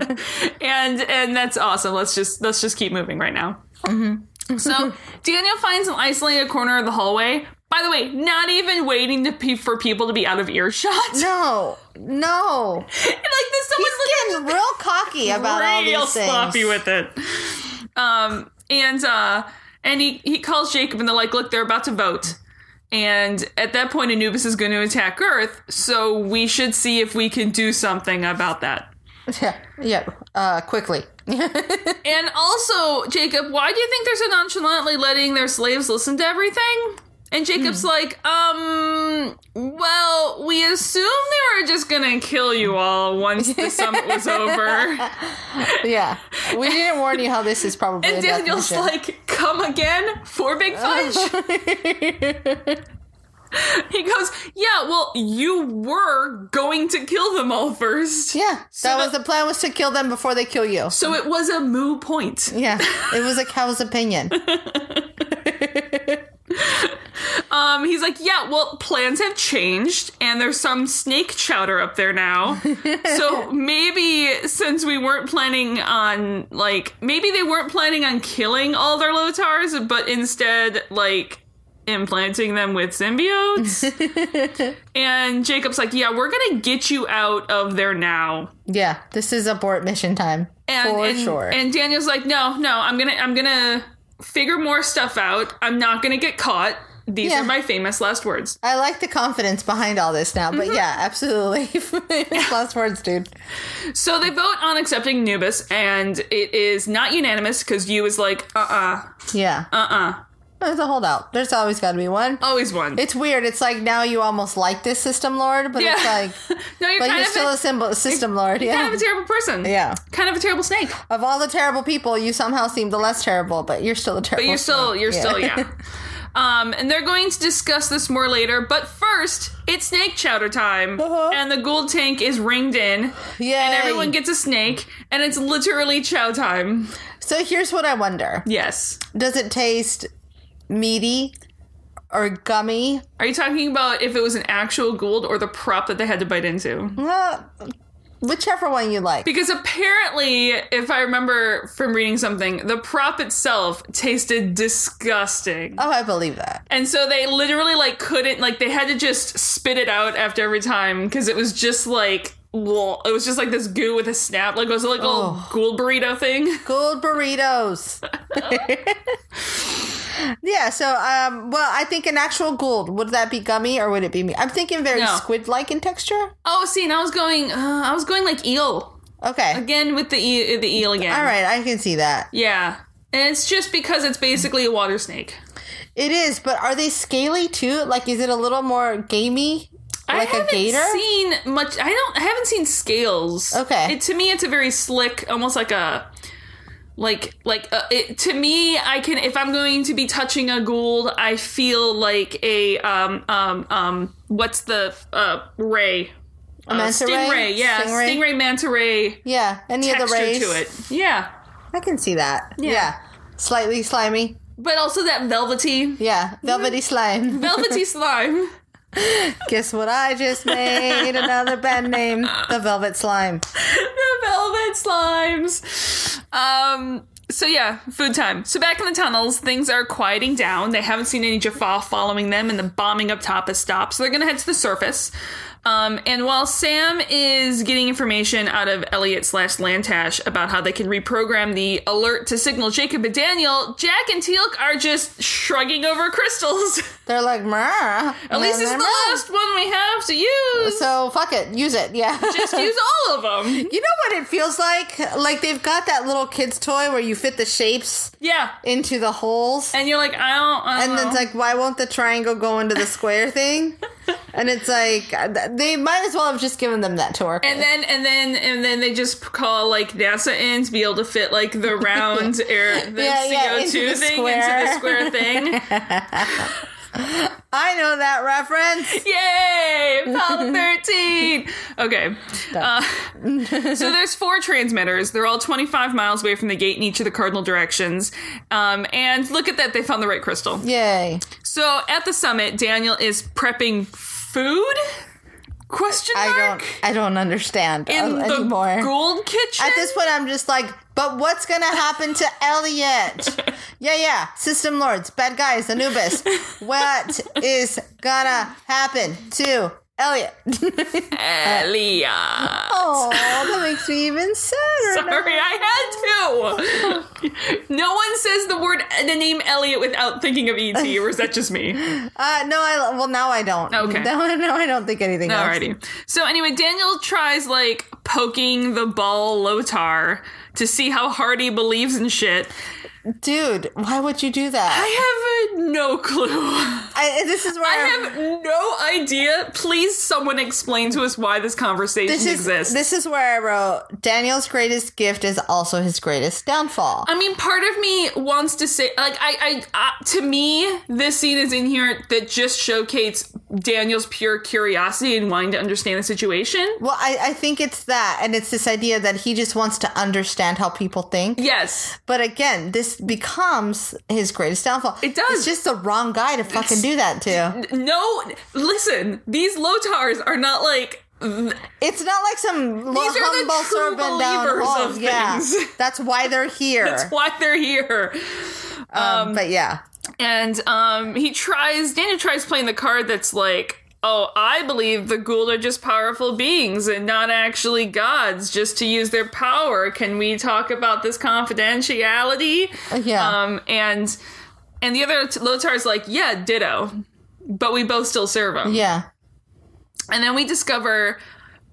Speaker 3: happen.
Speaker 2: and and that's awesome. Let's just let's just keep moving right now.
Speaker 3: Mm-hmm.
Speaker 2: so Daniel finds an isolated corner of the hallway. By the way, not even waiting to pe- for people to be out of earshot.
Speaker 3: No, no.
Speaker 2: like this, someone's looking
Speaker 3: He's getting real cocky about all
Speaker 2: real
Speaker 3: these things.
Speaker 2: sloppy with it. Um, and uh, and he he calls Jacob, and they're like, "Look, they're about to vote." And at that point, Anubis is going to attack Earth, so we should see if we can do something about that.
Speaker 3: yeah, yeah. Uh, quickly.
Speaker 2: And also, Jacob, why do you think they're so nonchalantly letting their slaves listen to everything? And Jacob's
Speaker 3: Hmm.
Speaker 2: like, um, well, we assume they were just gonna kill you all once the summit was over.
Speaker 3: yeah, we didn't warn you how this is probably.
Speaker 2: And
Speaker 3: a
Speaker 2: Daniel's
Speaker 3: definition.
Speaker 2: like, come again for Big Fudge? he goes, yeah, well, you were going to kill them all first.
Speaker 3: yeah, that was
Speaker 2: the-
Speaker 3: the plan was to kill them before they kill you.
Speaker 2: So it was a moo point.
Speaker 3: Yeah, it was a cow's opinion.
Speaker 2: Um, he's like, yeah, well, plans have changed, and there's some snake chowder up there now. so maybe since we weren't planning on, like, maybe they weren't planning on killing all their Lotars, but instead, like, implanting them with symbiotes. and Jacob's like, yeah, we're gonna get you out of there now.
Speaker 3: Yeah, this is abort mission time
Speaker 2: And,
Speaker 3: for
Speaker 2: and,
Speaker 3: sure.
Speaker 2: And Daniel's like, no, no, I'm gonna, I'm gonna figure more stuff out. I'm not gonna get caught. These
Speaker 3: Yeah.
Speaker 2: are my famous last words.
Speaker 3: I like the confidence behind all this now, but
Speaker 2: Mm-hmm.
Speaker 3: yeah, absolutely. Last words, dude.
Speaker 2: So they vote on accepting Anubis, and it is not unanimous because you is like, uh uh
Speaker 3: Yeah,
Speaker 2: uh, uh,
Speaker 3: there's a holdout. There's always got to be one.
Speaker 2: always won.
Speaker 3: It's weird. It's like now you almost like this system lord, but it's
Speaker 2: Yeah.
Speaker 3: like
Speaker 2: no, you're
Speaker 3: like
Speaker 2: kind,
Speaker 3: you're
Speaker 2: of
Speaker 3: still
Speaker 2: a,
Speaker 3: a symbol, system lord. Yeah.
Speaker 2: kind of a terrible person.
Speaker 3: yeah.
Speaker 2: Kind of a terrible snake.
Speaker 3: Of all the terrible people, you somehow seem the less terrible, but you're still a terrible.
Speaker 2: But you're still, you're
Speaker 3: Yeah.
Speaker 2: still, yeah. Um, and they're going to discuss this more later. But first, it's snake chowder time,
Speaker 3: Uh-huh.
Speaker 2: and the ghoul tank is ringed in,
Speaker 3: Yeah.
Speaker 2: and everyone gets a snake, and it's literally chow time.
Speaker 3: So here's what I wonder:
Speaker 2: Yes.
Speaker 3: Does it taste meaty or gummy?
Speaker 2: Are you talking about if it was an actual Gould or the prop that they had to bite into?
Speaker 3: Well, whichever one you like.
Speaker 2: Because apparently, if I remember from reading something, the prop itself tasted disgusting.
Speaker 3: Oh, I believe that.
Speaker 2: And so they literally like couldn't like they had to just spit it out after every time cuz it was just like well, it was just like this goo with a snap. Like it was like a little
Speaker 3: Oh.
Speaker 2: Gould burrito thing.
Speaker 3: Gold burritos. yeah, so um well I think an actual gold, would that be gummy or would it be me? I'm thinking very
Speaker 2: No.
Speaker 3: squid like in texture.
Speaker 2: Oh, see, and I was going uh, I was going like eel.
Speaker 3: Okay.
Speaker 2: Again with the eel, the eel again.
Speaker 3: All right, I can see that.
Speaker 2: Yeah. And it's just because it's basically a water snake.
Speaker 3: It is, but are they scaly too? Like is it a little more gamey? Like
Speaker 2: I
Speaker 3: a
Speaker 2: haven't
Speaker 3: gator?
Speaker 2: seen much. I don't. I haven't seen scales.
Speaker 3: Okay.
Speaker 2: It, to me, it's a very slick, almost like a, like like uh it, to me. I can if I'm going to be touching a gould, I feel like a um um um. What's the uh ray? Uh,
Speaker 3: A manta ray?
Speaker 2: stingray. Yeah,
Speaker 3: Stingray?
Speaker 2: stingray, manta ray
Speaker 3: yeah, any of the
Speaker 2: texture
Speaker 3: rays.
Speaker 2: to it. Yeah,
Speaker 3: I can see that. Yeah. Slightly slimy.
Speaker 2: but also that velvety,
Speaker 3: Yeah, velvety slime.
Speaker 2: velvety slime.
Speaker 3: Guess what I just made? Another band name, the velvet slime.
Speaker 2: the velvet slimes. Um. So yeah, food time. So back in the tunnels, things are quieting down. They haven't seen any Jaffa following them, and the bombing up top has stopped. So they're gonna head to the surface. Um, and while Sam is getting information out of Elliot slash Lantash about how they can reprogram the alert to signal Jacob and Daniel, Jack and Teal'c are just shrugging over crystals.
Speaker 3: They're like, Mrr.
Speaker 2: At least it's the last one we have to use.
Speaker 3: So fuck it, use it. Yeah.
Speaker 2: Just use all of them.
Speaker 3: you know what it feels like? Like they've got that little kid's toy where you fit the shapes
Speaker 2: Yeah.
Speaker 3: into the holes.
Speaker 2: And you're like, I don't. I don't
Speaker 3: And
Speaker 2: know.
Speaker 3: then it's like, why won't the triangle go into the square thing? And it's like, they might as well have just given them that to work.
Speaker 2: And then and then and then they just call like NASA in to be able to fit like the round air the
Speaker 3: Yeah, yeah,
Speaker 2: CO2
Speaker 3: into the
Speaker 2: thing
Speaker 3: square.
Speaker 2: into the square thing.
Speaker 3: I know that reference.
Speaker 2: Yay! Apollo 13. Okay. Uh, so there's four transmitters. They're all 25 miles away from the gate in each of the cardinal directions. Um, and look at that, they found the right crystal.
Speaker 3: Yay.
Speaker 2: So at the summit, Daniel is prepping food? Question
Speaker 3: I
Speaker 2: mark?
Speaker 3: don't, I don't understand
Speaker 2: in
Speaker 3: uh,
Speaker 2: the
Speaker 3: anymore.
Speaker 2: gold kitchen.
Speaker 3: At this point, I'm just like, but what's gonna happen to Elliot? yeah, yeah, system lords, bad guys, Anubis. What is gonna happen to Elliot? uh,
Speaker 2: Elia.
Speaker 3: Oh, that makes me even sadder.
Speaker 2: Sorry, I had to. no one says the word the name Elliot without thinking of ET, or is that just me?
Speaker 3: Uh, no, I well now I don't.
Speaker 2: Okay.
Speaker 3: No, no, I don't think anything. else.
Speaker 2: Alrighty. So anyway, Daniel tries like poking the ball Lotar to see how hard he believes in shit.
Speaker 3: dude, why would you do that?
Speaker 2: I have uh, no clue.
Speaker 3: I, this is where
Speaker 2: I
Speaker 3: I'm-
Speaker 2: have no idea. Please, someone explain to us why this conversation
Speaker 3: This is
Speaker 2: exists.
Speaker 3: this is where I wrote Daniel's greatest gift is also his greatest downfall.
Speaker 2: I mean, part of me wants to say, like, I, I, uh, to me, this scene is in here that just showcases Daniel's pure curiosity and wanting to understand the situation.
Speaker 3: Well, I, I think it's that, and it's this idea that he just wants to understand how people think.
Speaker 2: Yes,
Speaker 3: But again, this becomes his greatest downfall.
Speaker 2: It does.
Speaker 3: It's just the wrong guy to fucking do that to.
Speaker 2: no, listen, these Lotars are not like.
Speaker 3: It's not like some lo-
Speaker 2: These are the
Speaker 3: humble
Speaker 2: true
Speaker 3: servant down
Speaker 2: believers
Speaker 3: home.
Speaker 2: of
Speaker 3: Yeah,
Speaker 2: things.
Speaker 3: that's why they're here.
Speaker 2: That's why they're here.
Speaker 3: um, but yeah,
Speaker 2: And um, he tries, Daniel tries playing the card that's like, oh, I believe the Gould are just powerful beings and not actually gods, just to use their power. Can we talk about this confidentiality?
Speaker 3: yeah.
Speaker 2: Um, and and the other t- Lotar's like, yeah, ditto, but we both still serve him.
Speaker 3: yeah.
Speaker 2: And then we discover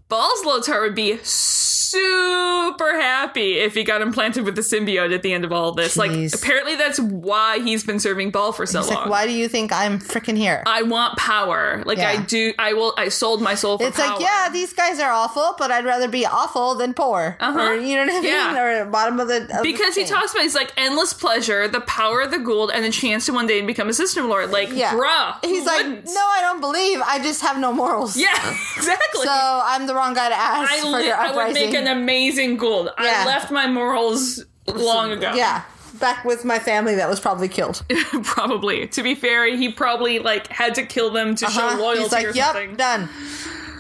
Speaker 2: Balslotard would be super happy if he got implanted with the symbiote at the end of all this.
Speaker 3: Jeez.
Speaker 2: Like, apparently that's why he's been serving Ball for so
Speaker 3: It's
Speaker 2: long.
Speaker 3: like, why do you think I'm freaking here?
Speaker 2: I want power. Like
Speaker 3: Yeah.
Speaker 2: I do. I will. I sold my soul for
Speaker 3: it's
Speaker 2: power.
Speaker 3: like, yeah, these guys are awful, but I'd rather be awful than poor.
Speaker 2: Uh-huh.
Speaker 3: Or you know what I mean?
Speaker 2: Yeah.
Speaker 3: Or bottom of the of the
Speaker 2: Because he
Speaker 3: chain.
Speaker 2: talks about he's like endless pleasure, the power of the gold, and the chance to one day become a system lord. Like,
Speaker 3: Yeah.
Speaker 2: bruh, who
Speaker 3: He's like,
Speaker 2: wouldn't?
Speaker 3: no, I don't believe. I just have no morals.
Speaker 2: yeah, exactly.
Speaker 3: So I'm the wrong guy to ask
Speaker 2: I,
Speaker 3: for
Speaker 2: li-
Speaker 3: your
Speaker 2: I
Speaker 3: uprising.
Speaker 2: would make an amazing gold.
Speaker 3: Yeah.
Speaker 2: I left my morals long ago.
Speaker 3: yeah, back with my family that was probably killed.
Speaker 2: probably. To be fair, he probably like had to kill them to
Speaker 3: Huh?
Speaker 2: show loyalty
Speaker 3: Uh-huh. He's like,
Speaker 2: or
Speaker 3: yep,
Speaker 2: something.
Speaker 3: done.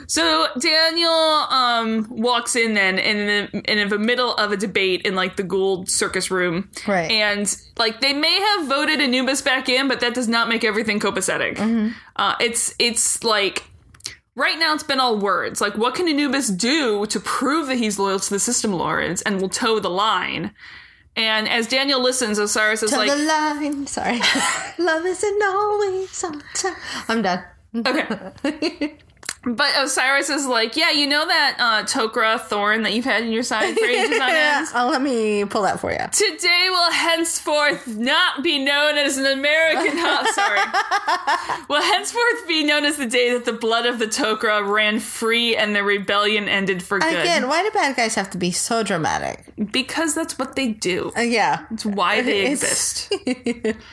Speaker 2: So Daniel um, walks in then in the, in the middle of a debate in like the Gould circus room,
Speaker 3: Right.
Speaker 2: And like they may have voted Anubis back in, but that does not make everything copacetic.
Speaker 3: Mm-hmm.
Speaker 2: Uh, it's it's like right now it's been all words. Like what can Anubis do to prove that he's loyal to the system, Lawrence, and will toe the line? And as Daniel listens, Osiris is
Speaker 3: To
Speaker 2: like,
Speaker 3: the line. Sorry, love isn't always sometimes. I'm done.
Speaker 2: Okay. But Osiris is like, yeah, you know that uh, Tokra thorn that you've had in your side for ages on end?
Speaker 3: Uh, let me pull that for you.
Speaker 2: Today will henceforth not be known as an American. Ho- sorry. will henceforth be known as the day that the blood of the Tokra ran free and the rebellion ended for good.
Speaker 3: Again, why do bad guys have to be so dramatic?
Speaker 2: Because that's what they do.
Speaker 3: Uh, yeah,
Speaker 2: It's why they
Speaker 3: It's-
Speaker 2: exist.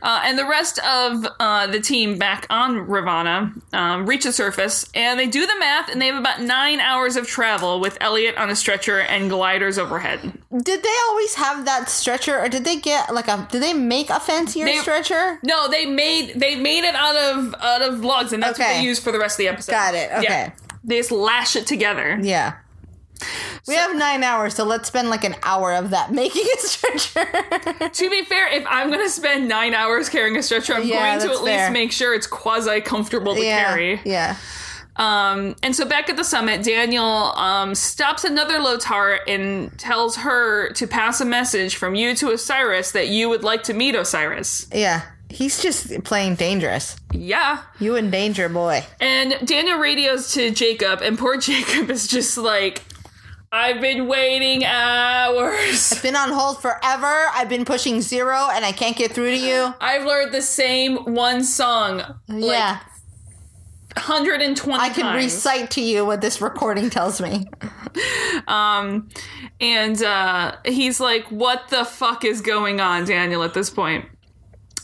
Speaker 2: uh, and the rest of uh, the team back on Ravana um, reach the surface, and they do the math, and they have about nine hours of travel with Elliot on a stretcher and gliders overhead.
Speaker 3: Did they always have that stretcher, or did they get like a? Did they make a fancier
Speaker 2: They-
Speaker 3: stretcher?
Speaker 2: No, they made they made it out of out of logs, and that's what
Speaker 3: Okay.
Speaker 2: they use for the rest of the episode.
Speaker 3: Got it. Okay.
Speaker 2: Yeah. They just lash it together.
Speaker 3: Yeah. We have nine hours, so let's spend like an hour of that making a stretcher.
Speaker 2: To be fair, if I'm going to spend nine hours carrying a stretcher, I'm
Speaker 3: Yeah,
Speaker 2: going to
Speaker 3: that's
Speaker 2: at
Speaker 3: fair.
Speaker 2: least make sure it's quasi comfortable to
Speaker 3: yeah.
Speaker 2: carry.
Speaker 3: Yeah.
Speaker 2: Um, and so back at the summit, Daniel um, stops another Lotar and tells her to pass a message from you to Osiris that you would like to meet Osiris.
Speaker 3: Yeah. He's just playing dangerous.
Speaker 2: Yeah.
Speaker 3: You in danger, boy.
Speaker 2: And Daniel radios to Jacob, and poor Jacob is just like, I've been waiting hours.
Speaker 3: Been on hold forever. I've been pushing zero and I can't get through to you.
Speaker 2: I've learned the same one song like
Speaker 3: yeah.
Speaker 2: 120
Speaker 3: I can
Speaker 2: times.
Speaker 3: recite to you what this recording tells me.
Speaker 2: Um, and uh, he's like, "What the fuck is going on, Daniel?" At this point,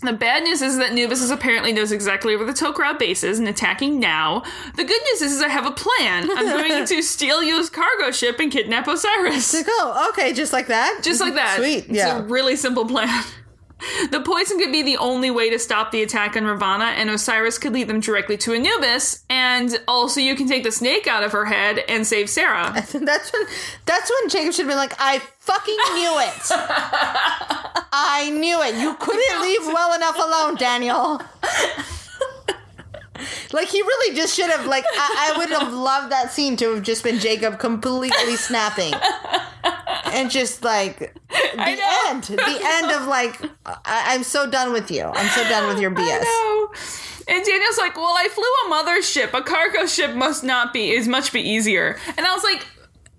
Speaker 2: the bad news is that Nubis apparently knows exactly where the Tok'ra base is and attacking now. The good news is, is I have a plan. I'm going to steal Yu's cargo ship and kidnap Osiris,
Speaker 3: Like, oh, okay, just like that?
Speaker 2: just like that.
Speaker 3: Sweet, yeah.
Speaker 2: it's a really simple plan. The poison could be the only way to stop the attack on Ravana, and Osiris could lead them directly to Anubis. And also, you can take the snake out of her head and save Sarah.
Speaker 3: That's when that's when Jacob should have been like, I fucking knew it. I knew it. You couldn't leave well enough alone, Daniel. Like he really just should have like I, I would have loved that scene to have just been Jacob completely snapping. And just like the
Speaker 2: know.
Speaker 3: end. The end of like I, I'm so done with you. I'm so done with your BS.
Speaker 2: I know. And Daniel's like, well, I flew a mother's ship. A cargo ship must not be, is much be easier. And I was like,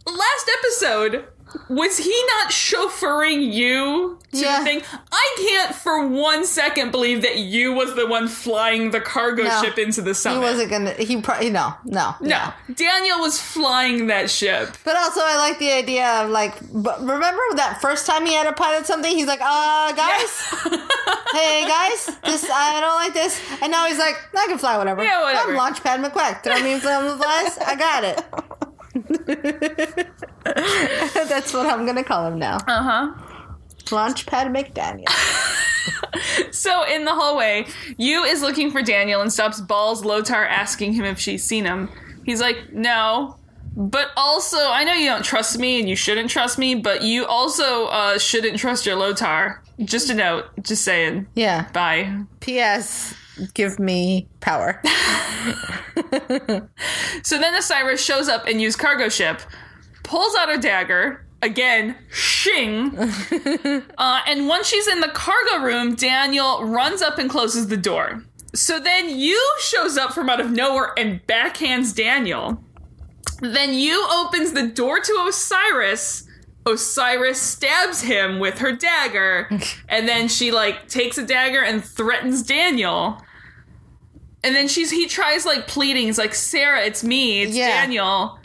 Speaker 2: last episode, was he not chauffeuring you to
Speaker 3: Yeah.
Speaker 2: the thing? I can't for one second believe that you was the one flying the cargo
Speaker 3: No.
Speaker 2: ship into the summit.
Speaker 3: He wasn't gonna he probably no, no.
Speaker 2: no, Daniel was flying that ship.
Speaker 3: But also, I like the idea of like. But remember that first time he had to pilot something? He's like, "Uh, guys, hey guys, this I don't like this." And now he's like, "I can fly whatever.
Speaker 2: Yeah, whatever.
Speaker 3: I'm Launchpad McQuack. Throw me from the flies. I got it." That's what I'm gonna call him now. Uh
Speaker 2: Uh-huh.
Speaker 3: huh. Launchpad McDaniel.
Speaker 2: So in the hallway, Yu is looking for Daniel and stops Balls Lotar asking him if she's seen him. He's like, no. But also, I know you don't trust me and you shouldn't trust me, but you also uh, shouldn't trust your Lotar. Just a note. Just saying.
Speaker 3: Yeah.
Speaker 2: Bye.
Speaker 3: P.S. Give me power.
Speaker 2: So then Osiris shows up in Yu's cargo ship, pulls out a dagger. Again, shing. uh, and once she's in the cargo room, Daniel runs up and closes the door. So then Yu shows up from out of nowhere and backhands Daniel. Then Yu opens the door to Osiris. Osiris stabs him with her dagger, and then she like takes a dagger and threatens Daniel. And then she's he tries like pleading. He's like, Sarah, it's me, it's
Speaker 3: Yeah.
Speaker 2: Daniel.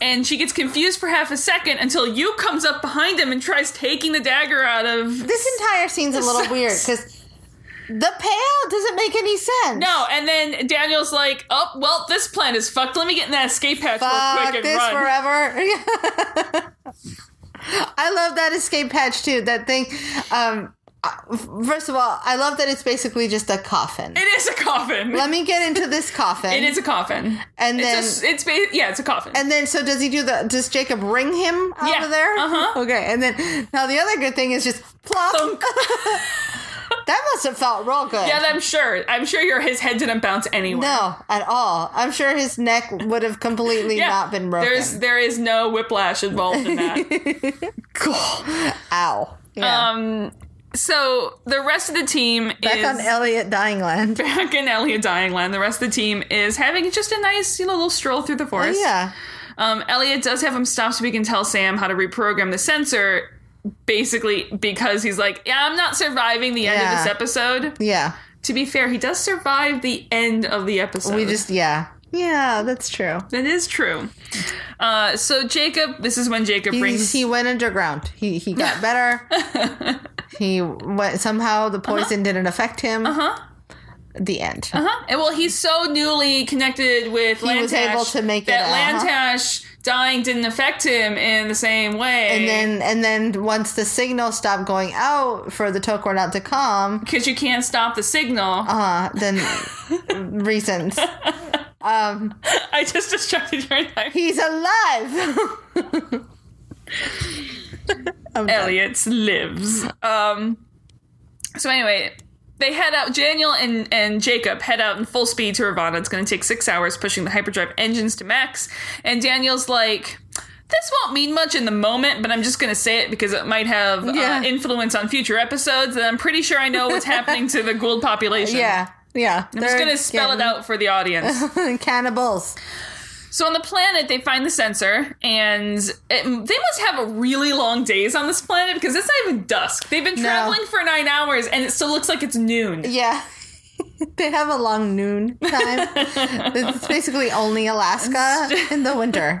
Speaker 2: And she gets confused for half a second until Yu comes up behind him and tries taking the dagger out of
Speaker 3: This entire scene's a little weird because the pail doesn't make any sense.
Speaker 2: No, and then Daniel's like, "Oh, well, this plan is fucked. Let me get in that escape hatch real
Speaker 3: Fuck
Speaker 2: quick
Speaker 3: Ah, this
Speaker 2: and run."
Speaker 3: forever. I love that escape hatch too. That thing. Um, uh, first of all, I love that it's basically just a coffin.
Speaker 2: It is a coffin.
Speaker 3: Let me get into this coffin.
Speaker 2: it is a coffin.
Speaker 3: And
Speaker 2: it's
Speaker 3: then-
Speaker 2: a s- it's ba- yeah, it's a coffin.
Speaker 3: And then, so does he do the? Does Jacob ring him out
Speaker 2: Yeah,
Speaker 3: of there?
Speaker 2: uh-huh.
Speaker 3: Okay. And then now the other good thing is just plop.
Speaker 2: Thunk.
Speaker 3: That must have felt real good.
Speaker 2: Um, yeah, I'm sure. I'm sure your his head didn't bounce anywhere.
Speaker 3: no, at all. I'm sure his neck would have completely
Speaker 2: yeah,
Speaker 3: not been broken.
Speaker 2: There's there is no whiplash involved in that.
Speaker 3: Ow. Yeah.
Speaker 2: Um, so the rest of the team
Speaker 3: Back
Speaker 2: is
Speaker 3: on Elliot Dying Land.
Speaker 2: back in Elliot Dying Land. The rest of the team is having just a nice you know, little stroll through the forest.
Speaker 3: Oh, Yeah.
Speaker 2: Um, Elliot does have him stop so he can tell Sam how to reprogram the sensor, basically because he's like, yeah, I'm not surviving the end
Speaker 3: Yeah.
Speaker 2: of this episode.
Speaker 3: Yeah.
Speaker 2: To be fair, he does survive the end of the episode.
Speaker 3: We just yeah. Yeah, that's true.
Speaker 2: that is true. Uh, so Jacob, this is when Jacob
Speaker 3: He,
Speaker 2: brings.
Speaker 3: he went underground. He he got better. he went somehow the
Speaker 2: Uh-huh.
Speaker 3: poison didn't affect him. Uh-huh. The end.
Speaker 2: Huh? Uh-huh. And well, he's so newly connected with Lantash
Speaker 3: was able to make it uh-huh.
Speaker 2: that
Speaker 3: out, huh?
Speaker 2: Lantash dying didn't affect him in the same way.
Speaker 3: And then and then once the signal stopped going out for the Tokor not to come,
Speaker 2: because you can't stop the signal,
Speaker 3: uh, then reasons.
Speaker 2: I just distracted your entire
Speaker 3: He's alive. I'm done.
Speaker 2: Elliot lives. Um, so anyway, they head out. Daniel and, and Jacob head out in full speed to Ravana. It's going to take six hours pushing the hyperdrive engines to max. And Daniel's like, "This won't mean much in the moment, but I'm just going to say it because it might have
Speaker 3: Yeah.
Speaker 2: uh, influence on future episodes. And I'm pretty sure I know what's happening to the Gould population.
Speaker 3: Yeah. Yeah.
Speaker 2: I'm just going to spell it out for the audience."
Speaker 3: out. Cannibals.
Speaker 2: So on the planet, they find the sensor, and it, they must have a really long days on this planet because it's not even dusk. They've been traveling for nine hours, and it still looks like it's noon.
Speaker 3: Yeah. they have a long noon time. it's basically only Alaska in the winter.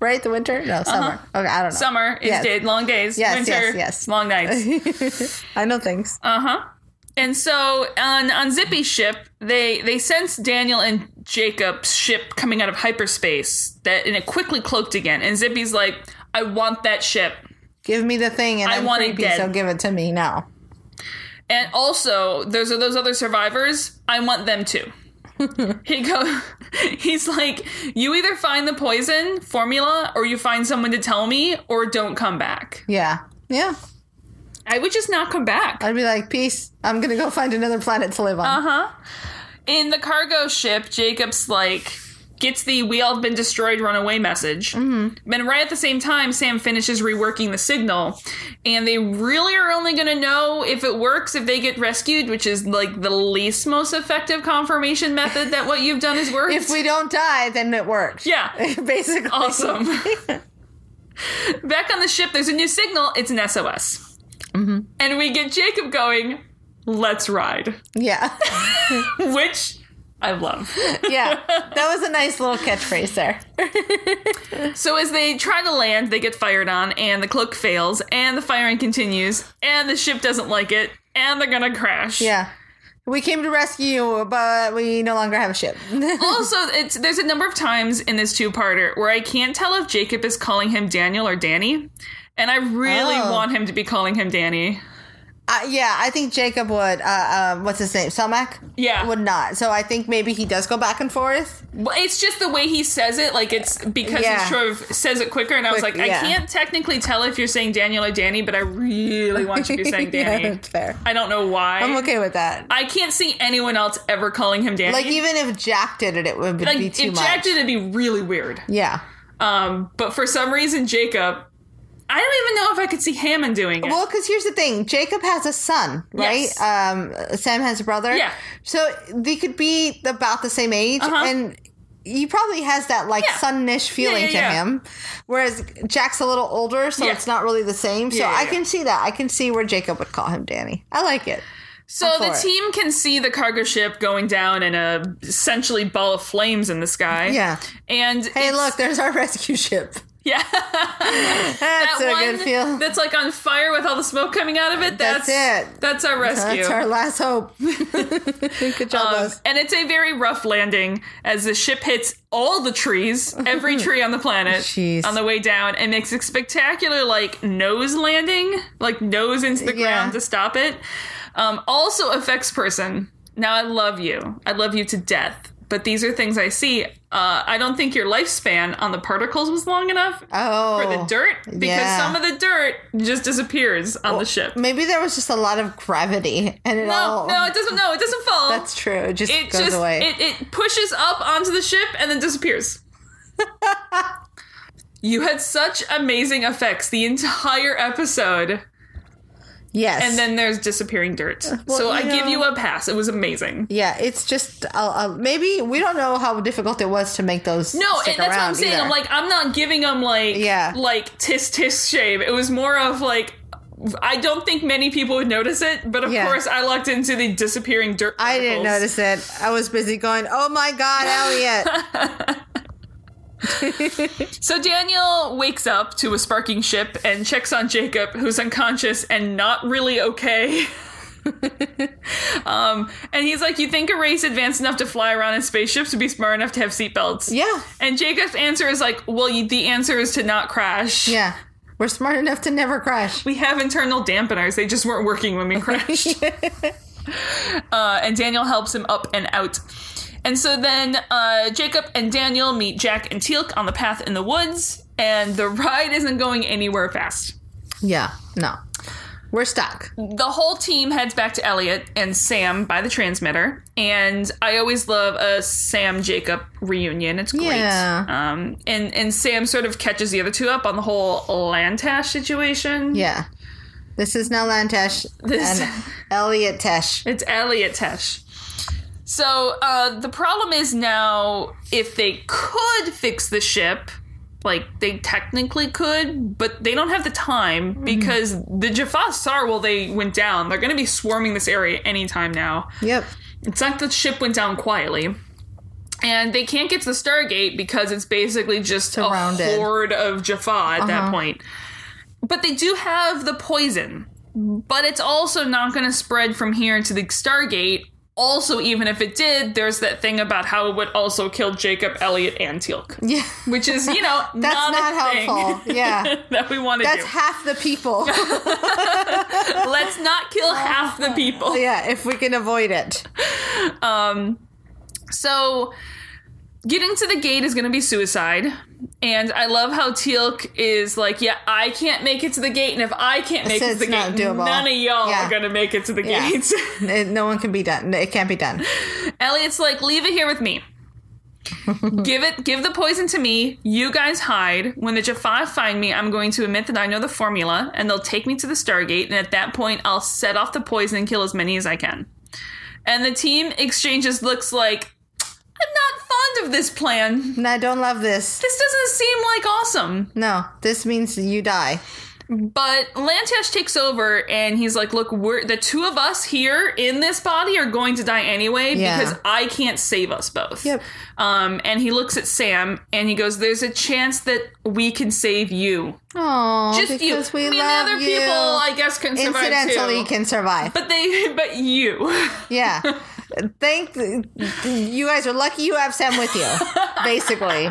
Speaker 3: right? The winter?
Speaker 2: Uh-huh.
Speaker 3: No, summer. Okay, I don't know.
Speaker 2: Summer is
Speaker 3: Yes.
Speaker 2: day, long days.
Speaker 3: Yes,
Speaker 2: Winter,
Speaker 3: yes, yes.
Speaker 2: long nights.
Speaker 3: I know things.
Speaker 2: Uh huh. And so on on Zippy's ship, they they sense Daniel and Jacob's ship coming out of hyperspace that and it quickly cloaked again. And Zippy's like, "I want that ship."
Speaker 3: give me the thing and
Speaker 2: I
Speaker 3: I am
Speaker 2: want it
Speaker 3: creepy,
Speaker 2: dead.
Speaker 3: so give it to me now.
Speaker 2: And also, those are those other survivors. I want them too. he go. He's like, you either find the poison formula, or you find someone to tell me, or don't come back.
Speaker 3: Yeah. Yeah.
Speaker 2: I would just not come back.
Speaker 3: I'd be like, peace. I'm going to go find another planet to live on.
Speaker 2: Uh-huh. In the cargo ship, Jacob's like gets the "We all have been destroyed, runaway" message. Mm-hmm. And right at the same time, Sam finishes reworking the signal, and they really are only going to know if it works if they get rescued, which is like the least most effective confirmation method that what you've done is worked.
Speaker 3: If we don't die, then it worked.
Speaker 2: yeah,
Speaker 3: Basically.
Speaker 2: awesome. Back on the ship, there's a new signal. It's an SOS,
Speaker 3: Mm-hmm.
Speaker 2: and we get Jacob going. Let's ride,
Speaker 3: Yeah.
Speaker 2: which I love.
Speaker 3: Yeah. that was a nice little catchphrase there.
Speaker 2: So as they try to land, they get fired on, and the cloak fails, and the firing continues, and the ship doesn't like it, and they're gonna crash.
Speaker 3: Yeah. We came to rescue you, but we no longer have a ship.
Speaker 2: Also, it's there's a number of times in this two-parter where I can't tell if Jacob is calling him Daniel or Danny, and I really
Speaker 3: Oh.
Speaker 2: want him to be calling him Danny.
Speaker 3: Uh, yeah, I think Jacob would. Uh, um, what's his name? Selmac.
Speaker 2: Yeah.
Speaker 3: would not. So I think maybe he does go back and forth.
Speaker 2: Well, it's just the way he says it, like it's because
Speaker 3: Yeah.
Speaker 2: he sort of says it quicker, and I was
Speaker 3: Quick,
Speaker 2: like, I
Speaker 3: yeah.
Speaker 2: can't technically tell if you're saying Daniel or Danny, but I really want you to be saying
Speaker 3: yeah,
Speaker 2: Danny.
Speaker 3: that's fair.
Speaker 2: I don't know why.
Speaker 3: I'm okay with that.
Speaker 2: I can't see anyone else ever calling him Danny.
Speaker 3: Like even if Jack did it, it would
Speaker 2: like
Speaker 3: be too
Speaker 2: if
Speaker 3: much.
Speaker 2: Jack did, it'd be really weird.
Speaker 3: yeah.
Speaker 2: Um, but for some reason, Jacob, I don't even know if I could see Hammond doing it.
Speaker 3: Well, because here's the thing: Jacob has a son, right?
Speaker 2: Yes.
Speaker 3: Um, Sam has a brother.
Speaker 2: Yeah.
Speaker 3: So they could be about the same age,
Speaker 2: Uh-huh.
Speaker 3: and he probably has that like
Speaker 2: Yeah.
Speaker 3: sunnish feeling
Speaker 2: yeah,
Speaker 3: to
Speaker 2: yeah.
Speaker 3: him, whereas Jack's a little older, so
Speaker 2: Yeah.
Speaker 3: it's not really the same. So
Speaker 2: Yeah, yeah,
Speaker 3: I
Speaker 2: yeah.
Speaker 3: can see that. I can see where Jacob would call him Danny. I like it.
Speaker 2: So the
Speaker 3: for it.
Speaker 2: team can see the cargo ship going down in a essentially ball of flames in the sky.
Speaker 3: Yeah.
Speaker 2: And
Speaker 3: Hey, look, there's our rescue ship.
Speaker 2: yeah,
Speaker 3: That's
Speaker 2: that
Speaker 3: a
Speaker 2: one
Speaker 3: good feel.
Speaker 2: that's like on fire with all the smoke coming out of it. That's,
Speaker 3: That's it.
Speaker 2: That's our rescue.
Speaker 3: That's our last hope. good job,
Speaker 2: Um,
Speaker 3: us.
Speaker 2: and it's a very rough landing as the ship hits all the trees, every tree on the planet,
Speaker 3: Jeez.
Speaker 2: on the way down, and makes a spectacular like nose landing, like nose into the
Speaker 3: Yeah.
Speaker 2: ground to stop it. Um, also affects person. Now I love you. I love you to death. But these are things I see. Uh, I don't think your lifespan on the particles was long enough
Speaker 3: Oh,
Speaker 2: for the dirt because
Speaker 3: yeah.
Speaker 2: some of the dirt just disappears on the ship.
Speaker 3: Maybe there was just a lot of gravity, and it
Speaker 2: No,
Speaker 3: all.
Speaker 2: no, it doesn't. No, it doesn't fall.
Speaker 3: that's true. It just
Speaker 2: it
Speaker 3: goes
Speaker 2: just
Speaker 3: away.
Speaker 2: It, it pushes up onto the ship and then disappears you had such amazing effects the entire episode
Speaker 3: yes,
Speaker 2: and then there's disappearing dirt so
Speaker 3: you
Speaker 2: i give
Speaker 3: know-
Speaker 2: you a pass it was amazing
Speaker 3: Yeah, it's just uh, uh, maybe we don't know how difficult it was to make those.
Speaker 2: no,
Speaker 3: stick
Speaker 2: and that's what
Speaker 3: around
Speaker 2: I'm saying.
Speaker 3: either.
Speaker 2: I'm like, I'm not giving them like,
Speaker 3: Yeah.
Speaker 2: like tis tis shame. It was more of like, I don't think many people would notice it, but of
Speaker 3: Yeah.
Speaker 2: course, I looked into the disappearing dirt.
Speaker 3: I didn't
Speaker 2: particles.
Speaker 3: notice it. I was busy going, "Oh my god, Elliot!"
Speaker 2: So Daniel wakes up to a sparking ship and checks on Jacob, who's unconscious and not really okay. um, and he's like, "You think a race advanced enough to fly around in spaceships would be smart enough to have seatbelts?"
Speaker 3: yeah,
Speaker 2: And Jacob's answer is like, "Well, you, the answer is to not crash.
Speaker 3: yeah, we're smart enough to never crash.
Speaker 2: We have internal dampeners; they just weren't working when we crashed." uh, and Daniel helps him up and out. And so then uh, Jacob and Daniel meet Jack and Teal'c on the path in the woods, and the ride isn't going anywhere fast.
Speaker 3: Yeah, no, we're stuck.
Speaker 2: The whole team heads back to Elliot and Sam by the transmitter, and I always love a Sam Jacob reunion. It's great.
Speaker 3: Yeah.
Speaker 2: Um, and and Sam sort of catches the other two up on the whole Lantash situation.
Speaker 3: Yeah, this is now Lantesh
Speaker 2: This-
Speaker 3: and Elliot Tesh.
Speaker 2: It's Elliot Tesh. So uh, the problem is now if they could fix the ship, like they technically could, but they don't have the time because the Jaffa Sar, well, they went down. They're going to be swarming this area anytime now.
Speaker 3: Yep.
Speaker 2: It's not that the ship went down quietly. And they can't get to the Stargate because it's basically just
Speaker 3: Surrounded. Uh-huh.
Speaker 2: a horde of Jaffa at that point. But they do have the poison. But it's also not going to spread from here to the Stargate. Also, even if it did, there's that thing about how it would also kill Jacob, Elliot, and Teal'c.
Speaker 3: Yeah.
Speaker 2: Which is, you know,
Speaker 3: That's
Speaker 2: not,
Speaker 3: not,
Speaker 2: a thing
Speaker 3: helpful. Yeah.
Speaker 2: that we want to
Speaker 3: That's
Speaker 2: do.
Speaker 3: half the people.
Speaker 2: Let's not kill half the people.
Speaker 3: yeah, if we can avoid it.
Speaker 2: So getting to the gate is going to be suicide. And I love how Teal'c is like, yeah, I can't make it to the gate, and if I can't make
Speaker 3: So
Speaker 2: it to the
Speaker 3: it's not
Speaker 2: gate,
Speaker 3: doable.
Speaker 2: none of y'all
Speaker 3: Yeah.
Speaker 2: are gonna make it to the
Speaker 3: Yeah.
Speaker 2: gates.
Speaker 3: It, no one can be done. It can't be done.
Speaker 2: Elliot's like, leave it here with me. give it, give the poison to me. You guys hide. When the Jaffa find me, I'm going to admit that I know the formula, and they'll take me to the Stargate. And at that point, I'll set off the poison and kill as many as I can. And the team exchanges looks like I'm not fond of this plan.
Speaker 3: And I don't love this.
Speaker 2: this doesn't seem like awesome.
Speaker 3: No, this means you die.
Speaker 2: But Lantash takes over and he's like, look, we're the two of us here in this body are going to die anyway
Speaker 3: Yeah.
Speaker 2: because I can't save us both.
Speaker 3: Yep.
Speaker 2: Um, and he looks at Sam and he goes, There's a chance that we can save you.
Speaker 3: Oh,
Speaker 2: Just you.
Speaker 3: because we
Speaker 2: I mean,
Speaker 3: love
Speaker 2: other
Speaker 3: you.
Speaker 2: people I guess can survive
Speaker 3: Incidentally,
Speaker 2: too.
Speaker 3: can survive.
Speaker 2: but they but you.
Speaker 3: yeah. Thank you guys are lucky you have Sam with you. Basically.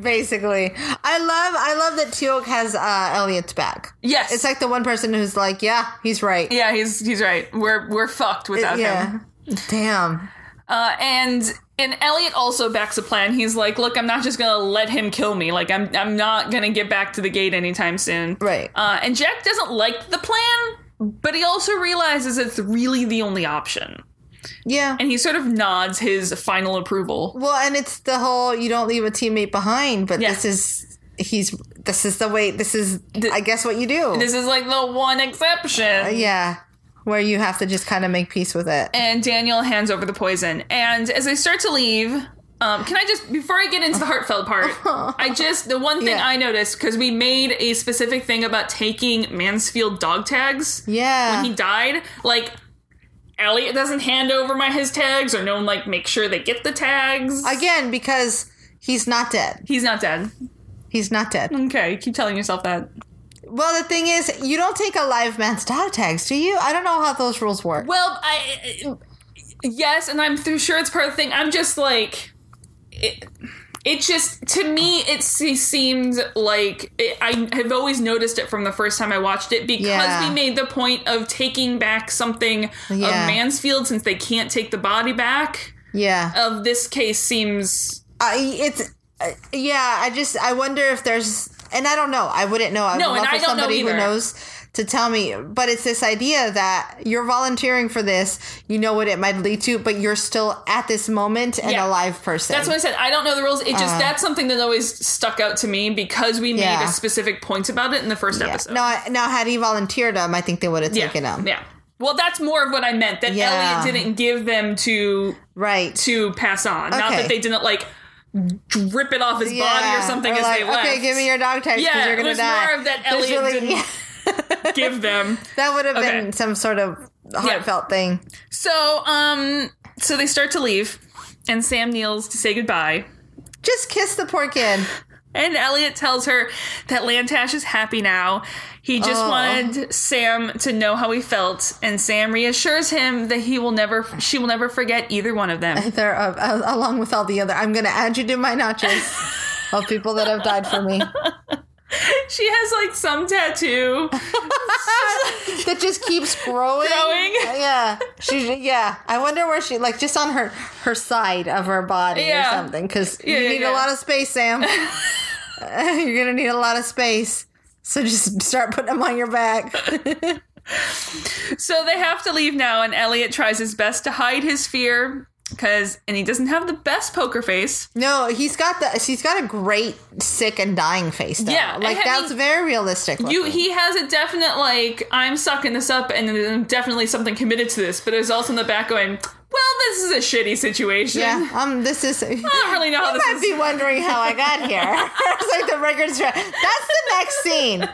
Speaker 3: Basically, I love I love that Teal'c has uh, Elliot's back.
Speaker 2: Yes.
Speaker 3: It's like the one person who's like, yeah, he's right.
Speaker 2: yeah, he's he's right. We're we're fucked without him.
Speaker 3: yeah. Damn.
Speaker 2: Uh, and and Elliot also backs a plan. He's like, "Look, I'm not just gonna let him kill me. Like, I'm I'm not gonna get back to the gate anytime soon."
Speaker 3: Right.
Speaker 2: Uh, and Jack doesn't like the plan, but he also realizes it's really the only option,
Speaker 3: Yeah.
Speaker 2: and he sort of nods his final approval.
Speaker 3: Well, and it's the whole you don't leave a teammate behind, but
Speaker 2: Yeah.
Speaker 3: this is he's this is the way this is I guess what you do.
Speaker 2: This is like the one exception.
Speaker 3: yeah. Where you have to just kind of make peace with it.
Speaker 2: And Daniel hands over the poison. And as they start to leave, Um, can I just before I get into the heartfelt part, I just the one thing
Speaker 3: Yeah.
Speaker 2: I noticed because we made a specific thing about taking Mansfield dog tags
Speaker 3: Yeah.
Speaker 2: when he died, like. Elliot doesn't hand over my his tags, or no one like make sure they get the tags.
Speaker 3: Again, because he's not dead.
Speaker 2: He's not dead.
Speaker 3: He's not dead.
Speaker 2: Okay, keep telling yourself that.
Speaker 3: Well, the thing is, you don't take a live man's dog tags, do you? I don't know how those rules work.
Speaker 2: Well, I yes, and I'm th- sure it's part of the thing. I'm just like it. It just to me, it se- seemed like it, I have always noticed it from the first time I watched it because
Speaker 3: Yeah.
Speaker 2: we made the point of taking back something of
Speaker 3: Yeah.
Speaker 2: Mansfield since they can't take the body back.
Speaker 3: Yeah.
Speaker 2: Of this case seems
Speaker 3: I it's uh, yeah. I just I wonder if there's and I don't know. I wouldn't know. I
Speaker 2: No,
Speaker 3: would
Speaker 2: and
Speaker 3: love
Speaker 2: I
Speaker 3: for
Speaker 2: don't know
Speaker 3: somebody who
Speaker 2: either.
Speaker 3: knows to tell me. But it's this idea that you're volunteering for this. You know what it might lead to, but you're still at this moment an
Speaker 2: Yeah.
Speaker 3: alive person.
Speaker 2: That's what I said. I don't know the rules. It just that's something that always stuck out to me because we made
Speaker 3: Uh. Yeah.
Speaker 2: a specific point about it in the first episode.
Speaker 3: No, I, now had he volunteered him, I think they would have
Speaker 2: yeah.
Speaker 3: taken him.
Speaker 2: Yeah. Well, that's more of what I meant. That
Speaker 3: Yeah.
Speaker 2: Elliot didn't give them to
Speaker 3: Right.
Speaker 2: to pass on. Not
Speaker 3: Okay.
Speaker 2: that they didn't like drip it off his body
Speaker 3: Yeah.
Speaker 2: or something as
Speaker 3: like,
Speaker 2: they left.
Speaker 3: Okay, give me your dog tags because
Speaker 2: Yeah,
Speaker 3: you're gonna
Speaker 2: there's
Speaker 3: die.
Speaker 2: more of that
Speaker 3: There's
Speaker 2: Elliot didn't- give them.
Speaker 3: that would have
Speaker 2: Okay.
Speaker 3: been some sort of heartfelt thing.
Speaker 2: So, um, so they start to leave, and Sam kneels to say goodbye.
Speaker 3: Just kiss the poor kid.
Speaker 2: And Elliot tells her that Lantash is happy now. He just
Speaker 3: Oh.
Speaker 2: wanted Sam to know how he felt, and Sam reassures him that he will never, she will never forget either one of them.
Speaker 3: They're uh, uh, along with all the other. I'm going to add you to my notches of people that have died for me
Speaker 2: She has like some tattoo.
Speaker 3: that just keeps growing.
Speaker 2: Growing.
Speaker 3: Yeah. She. Yeah. I wonder where she like just on her her side of her body
Speaker 2: Yeah.
Speaker 3: or something because
Speaker 2: Yeah,
Speaker 3: you
Speaker 2: yeah,
Speaker 3: need
Speaker 2: yeah.
Speaker 3: a lot of space, Sam. You're gonna need a lot of space. So just start putting them on your back.
Speaker 2: So they have to leave now, and Elliot tries his best to hide his fear because, and he doesn't have the best poker face.
Speaker 3: No, he's got the he's got a great sick and dying face. Though.
Speaker 2: Yeah,
Speaker 3: like
Speaker 2: I
Speaker 3: that's
Speaker 2: mean,
Speaker 3: very realistic.
Speaker 2: You,
Speaker 3: looking.
Speaker 2: he has a definite like, I'm sucking this up, and then definitely something committed to this. But it's also in the back going, well, this is a shitty situation.
Speaker 3: Yeah, um, this is. I
Speaker 2: don't really know how this
Speaker 3: might
Speaker 2: is-
Speaker 3: be wondering how I got here. it's like the record scratch. That's the next scene.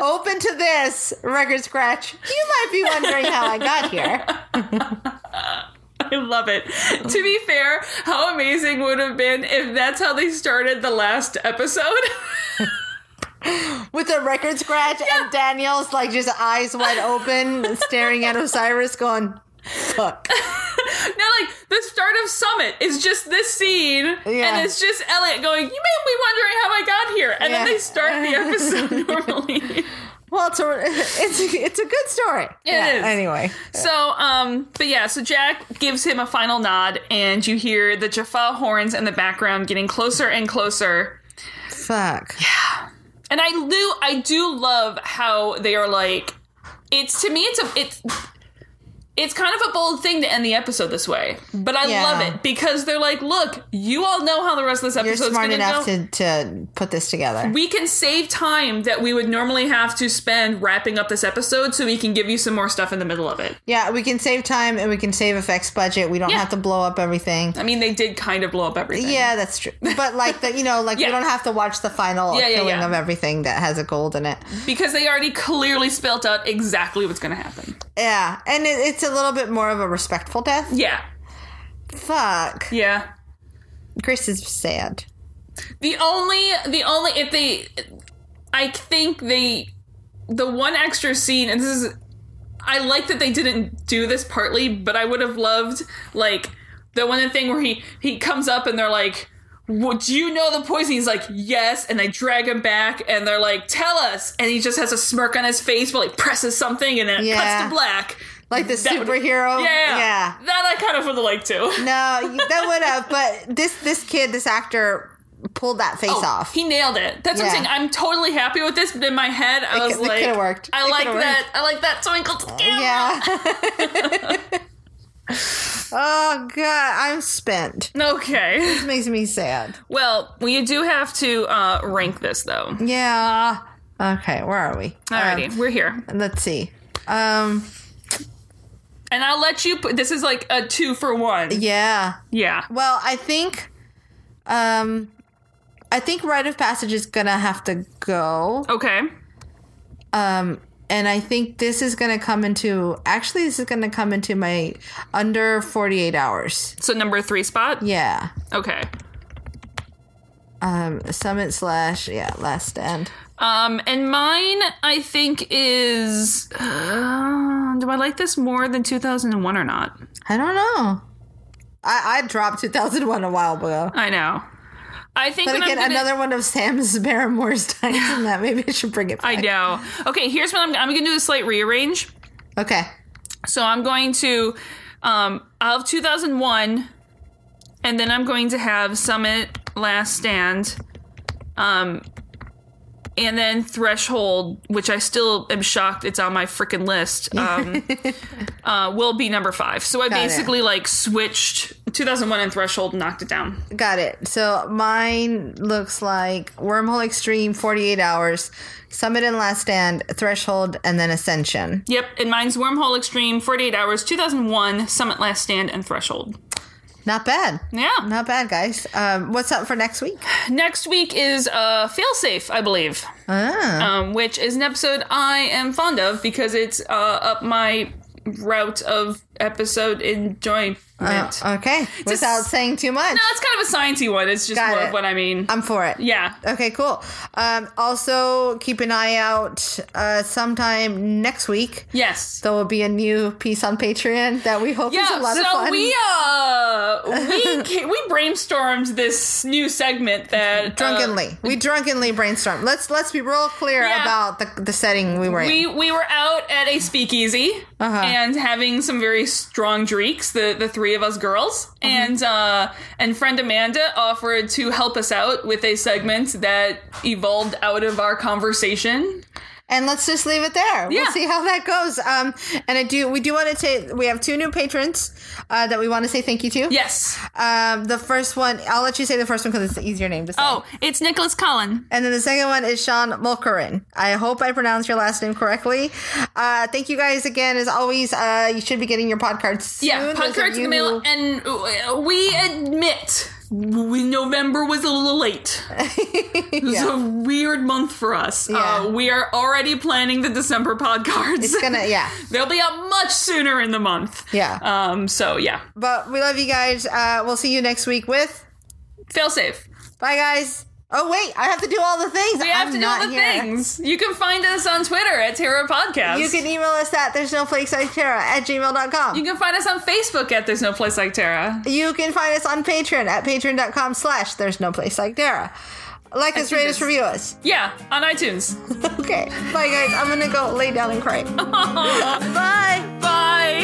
Speaker 3: Open to this record scratch. You might be wondering how I got here.
Speaker 2: I love it. to be fair, how amazing would have been if that's how they started the last episode.
Speaker 3: With a record scratch and Daniel's like just eyes wide open, staring at Osiris, going, "Fuck."
Speaker 2: now, like the start of Summit is just this scene,
Speaker 3: Yeah.
Speaker 2: and it's just Elliot going, "You may be wondering how I got here," and then
Speaker 3: Yeah.
Speaker 2: they start the episode normally.
Speaker 3: Well, it's a it's a, it's a good story.
Speaker 2: is.
Speaker 3: Anyway,
Speaker 2: So, um, but yeah, so Jack gives him a final nod, and you hear the Jaffa horns in the background getting closer and closer.
Speaker 3: fuck.
Speaker 2: And I do, I do love how they are like, it's to me, it's a, it's, it's kind of a bold thing to end the episode this way, but I
Speaker 3: Yeah.
Speaker 2: love it because they're like, look, you all know how the rest of this
Speaker 3: You're
Speaker 2: episode's
Speaker 3: smart
Speaker 2: going
Speaker 3: enough
Speaker 2: go.
Speaker 3: to, to put this together.
Speaker 2: we can save time that we would normally have to spend wrapping up this episode, so we can give you some more stuff in the middle of it.
Speaker 3: Yeah, we can save time and we can save effects budget. We don't
Speaker 2: Yeah.
Speaker 3: have to blow up everything.
Speaker 2: I mean, they did kind of blow up everything.
Speaker 3: Yeah, that's true. But like the, you know, like
Speaker 2: Yeah.
Speaker 3: we don't have to watch the final
Speaker 2: Yeah, yeah,
Speaker 3: killing
Speaker 2: yeah.
Speaker 3: of everything that has a gold in it.
Speaker 2: because they already clearly spelled out exactly what's going to happen.
Speaker 3: Yeah, and it, it's a little bit more of a respectful death.
Speaker 2: Yeah.
Speaker 3: Fuck,
Speaker 2: Yeah.
Speaker 3: Chris is sad.
Speaker 2: The only the only if they I think they the one extra scene and this is I like that they didn't do this partly, but I would have loved like the one thing where he he comes up and they're like "Well, do you know the poison? He's like, yes, and they drag him back, and they're like, "Tell us!" And he just has a smirk on his face, but like presses something, and then it cuts
Speaker 3: Yeah.
Speaker 2: to black.
Speaker 3: Like the
Speaker 2: That would-
Speaker 3: superhero.
Speaker 2: Yeah,
Speaker 3: yeah.
Speaker 2: that I kind of would have liked to.
Speaker 3: No, you- that would have. But this this kid, this actor, pulled that face
Speaker 2: Oh,
Speaker 3: off.
Speaker 2: He nailed it. That's what I'm
Speaker 3: Yeah.
Speaker 2: saying. I'm totally happy with this, but in my head, I
Speaker 3: It
Speaker 2: was
Speaker 3: cou- it
Speaker 2: like,
Speaker 3: coulda worked.
Speaker 2: I
Speaker 3: It
Speaker 2: like
Speaker 3: coulda
Speaker 2: that. I like that twinkle to the camera.
Speaker 3: yeah. oh god, I'm spent.
Speaker 2: Okay.
Speaker 3: This makes me sad.
Speaker 2: Well, we do have to uh, rank this though.
Speaker 3: Yeah. Okay, where are we?
Speaker 2: Alrighty, we're here,
Speaker 3: Um, let's see. Um
Speaker 2: and I'll let you. Put, this is like a two for one.
Speaker 3: yeah.
Speaker 2: Yeah.
Speaker 3: Well, I think Um, I think rite of passage is gonna have to go.
Speaker 2: Okay.
Speaker 3: Um, and I think this is gonna come into actually this is gonna come into my under forty eight hours.
Speaker 2: So number three spot.
Speaker 3: Yeah.
Speaker 2: Okay.
Speaker 3: Um, summit slash yeah last stand.
Speaker 2: Um, and mine, I think, is. Uh, do I like this more than 2001 or not?
Speaker 3: I don't know. I, I dropped 2001 a while ago.
Speaker 2: I know. I think
Speaker 3: But
Speaker 2: when I'm
Speaker 3: again,
Speaker 2: gonna-
Speaker 3: another one of Sam's Barrymore's times in that. Maybe I should bring it
Speaker 2: I
Speaker 3: back.
Speaker 2: know. Okay, here's what I'm. I'm gonna do a slight rearrange.
Speaker 3: Okay.
Speaker 2: So I'm going to, um, I'll have 2001, and then I'm going to have Summit, Last Stand, um, and then Threshold, which I still am shocked it's on my freaking list. Um, uh, will be number five. So I
Speaker 3: Got it.
Speaker 2: basically like switched 2001 and Threshold, and knocked it down.
Speaker 3: Got it. So mine looks like Wormhole Extreme, 48 hours, Summit and Last Stand, Threshold, and then Ascension.
Speaker 2: Yep, and mine's Wormhole Extreme, 48 Hours, 2001, Summit, Last Stand, and Threshold.
Speaker 3: Not bad.
Speaker 2: Yeah.
Speaker 3: Not bad, guys. Um, what's up for next week?
Speaker 2: Next week is uh, Failsafe, I believe.
Speaker 3: Oh. Ah,
Speaker 2: um, which is an episode I am fond of because it's uh, up my route of episode enjoyment.
Speaker 3: Uh, okay. Without saying too much,
Speaker 2: no, it's kind of a sciencey one. It's just
Speaker 3: Got
Speaker 2: more
Speaker 3: it. Um, uh,
Speaker 2: of what I mean.
Speaker 3: I'm for it.
Speaker 2: yeah.
Speaker 3: Okay, cool. Um, also, keep an eye out uh, sometime next week.
Speaker 2: Yes.
Speaker 3: There will be a new piece on Patreon that we hope is
Speaker 2: yeah,
Speaker 3: a lot
Speaker 2: so
Speaker 3: of fun.
Speaker 2: we uh we ca- we brainstormed this new segment that uh,
Speaker 3: drunkenly, we drunkenly brainstormed. Let's let's be real clear
Speaker 2: Yeah.
Speaker 3: about the, the setting we were in.
Speaker 2: we we were out at a speakeasy
Speaker 3: Uh-huh.
Speaker 2: and having some very strong drinks the the three of us girls
Speaker 3: Uh-huh.
Speaker 2: and uh and friend amanda offered to help us out with a segment that evolved out of our conversation
Speaker 3: and let's just leave it there.
Speaker 2: Yeah.
Speaker 3: We'll see how that goes. Um, and I do we do want to say we have two new patrons uh, that we want to say thank you to.
Speaker 2: yes
Speaker 3: Um, the first one, I'll let you say the first one because it's the easier name to say.
Speaker 2: oh it's nicholas collin
Speaker 3: And then the second one is Sean Mulkerin. I hope I pronounced your last name correctly. Uh, thank you guys again. As always, uh, you should be getting your pod cards soon.
Speaker 2: yeah
Speaker 3: Those
Speaker 2: punk
Speaker 3: of
Speaker 2: cards in the
Speaker 3: you
Speaker 2: mail
Speaker 3: who-
Speaker 2: and uh, we admit we, november was a little late it was
Speaker 3: Yeah.
Speaker 2: a weird month for us
Speaker 3: Yeah.
Speaker 2: uh, we are already planning the december pod cards
Speaker 3: It's gonna, yeah.
Speaker 2: They'll be out much sooner in the month.
Speaker 3: Yeah.
Speaker 2: Um. So yeah.
Speaker 3: But we love you guys. Uh, we'll see you next week with.
Speaker 2: Fail safe.
Speaker 3: Bye, guys. Oh, wait. I have to do all the things.
Speaker 2: We have
Speaker 3: I'm
Speaker 2: to do
Speaker 3: not
Speaker 2: the
Speaker 3: here.
Speaker 2: things. You can find us on Twitter at Tarot Podcast.
Speaker 3: You can e- email us at there's no place like Tara at gmail.com.
Speaker 2: You
Speaker 3: You,
Speaker 2: can find us on Facebook at There's No Place Like Tara.
Speaker 3: can find us on Patreon at patreon.com slash there's no place like Tara. Like us, rate us,
Speaker 2: it's-
Speaker 3: review us.
Speaker 2: Yeah, on iTunes.
Speaker 3: Okay. Bye, guys. I'm going to go lay down and cry. Bye.
Speaker 2: Bye.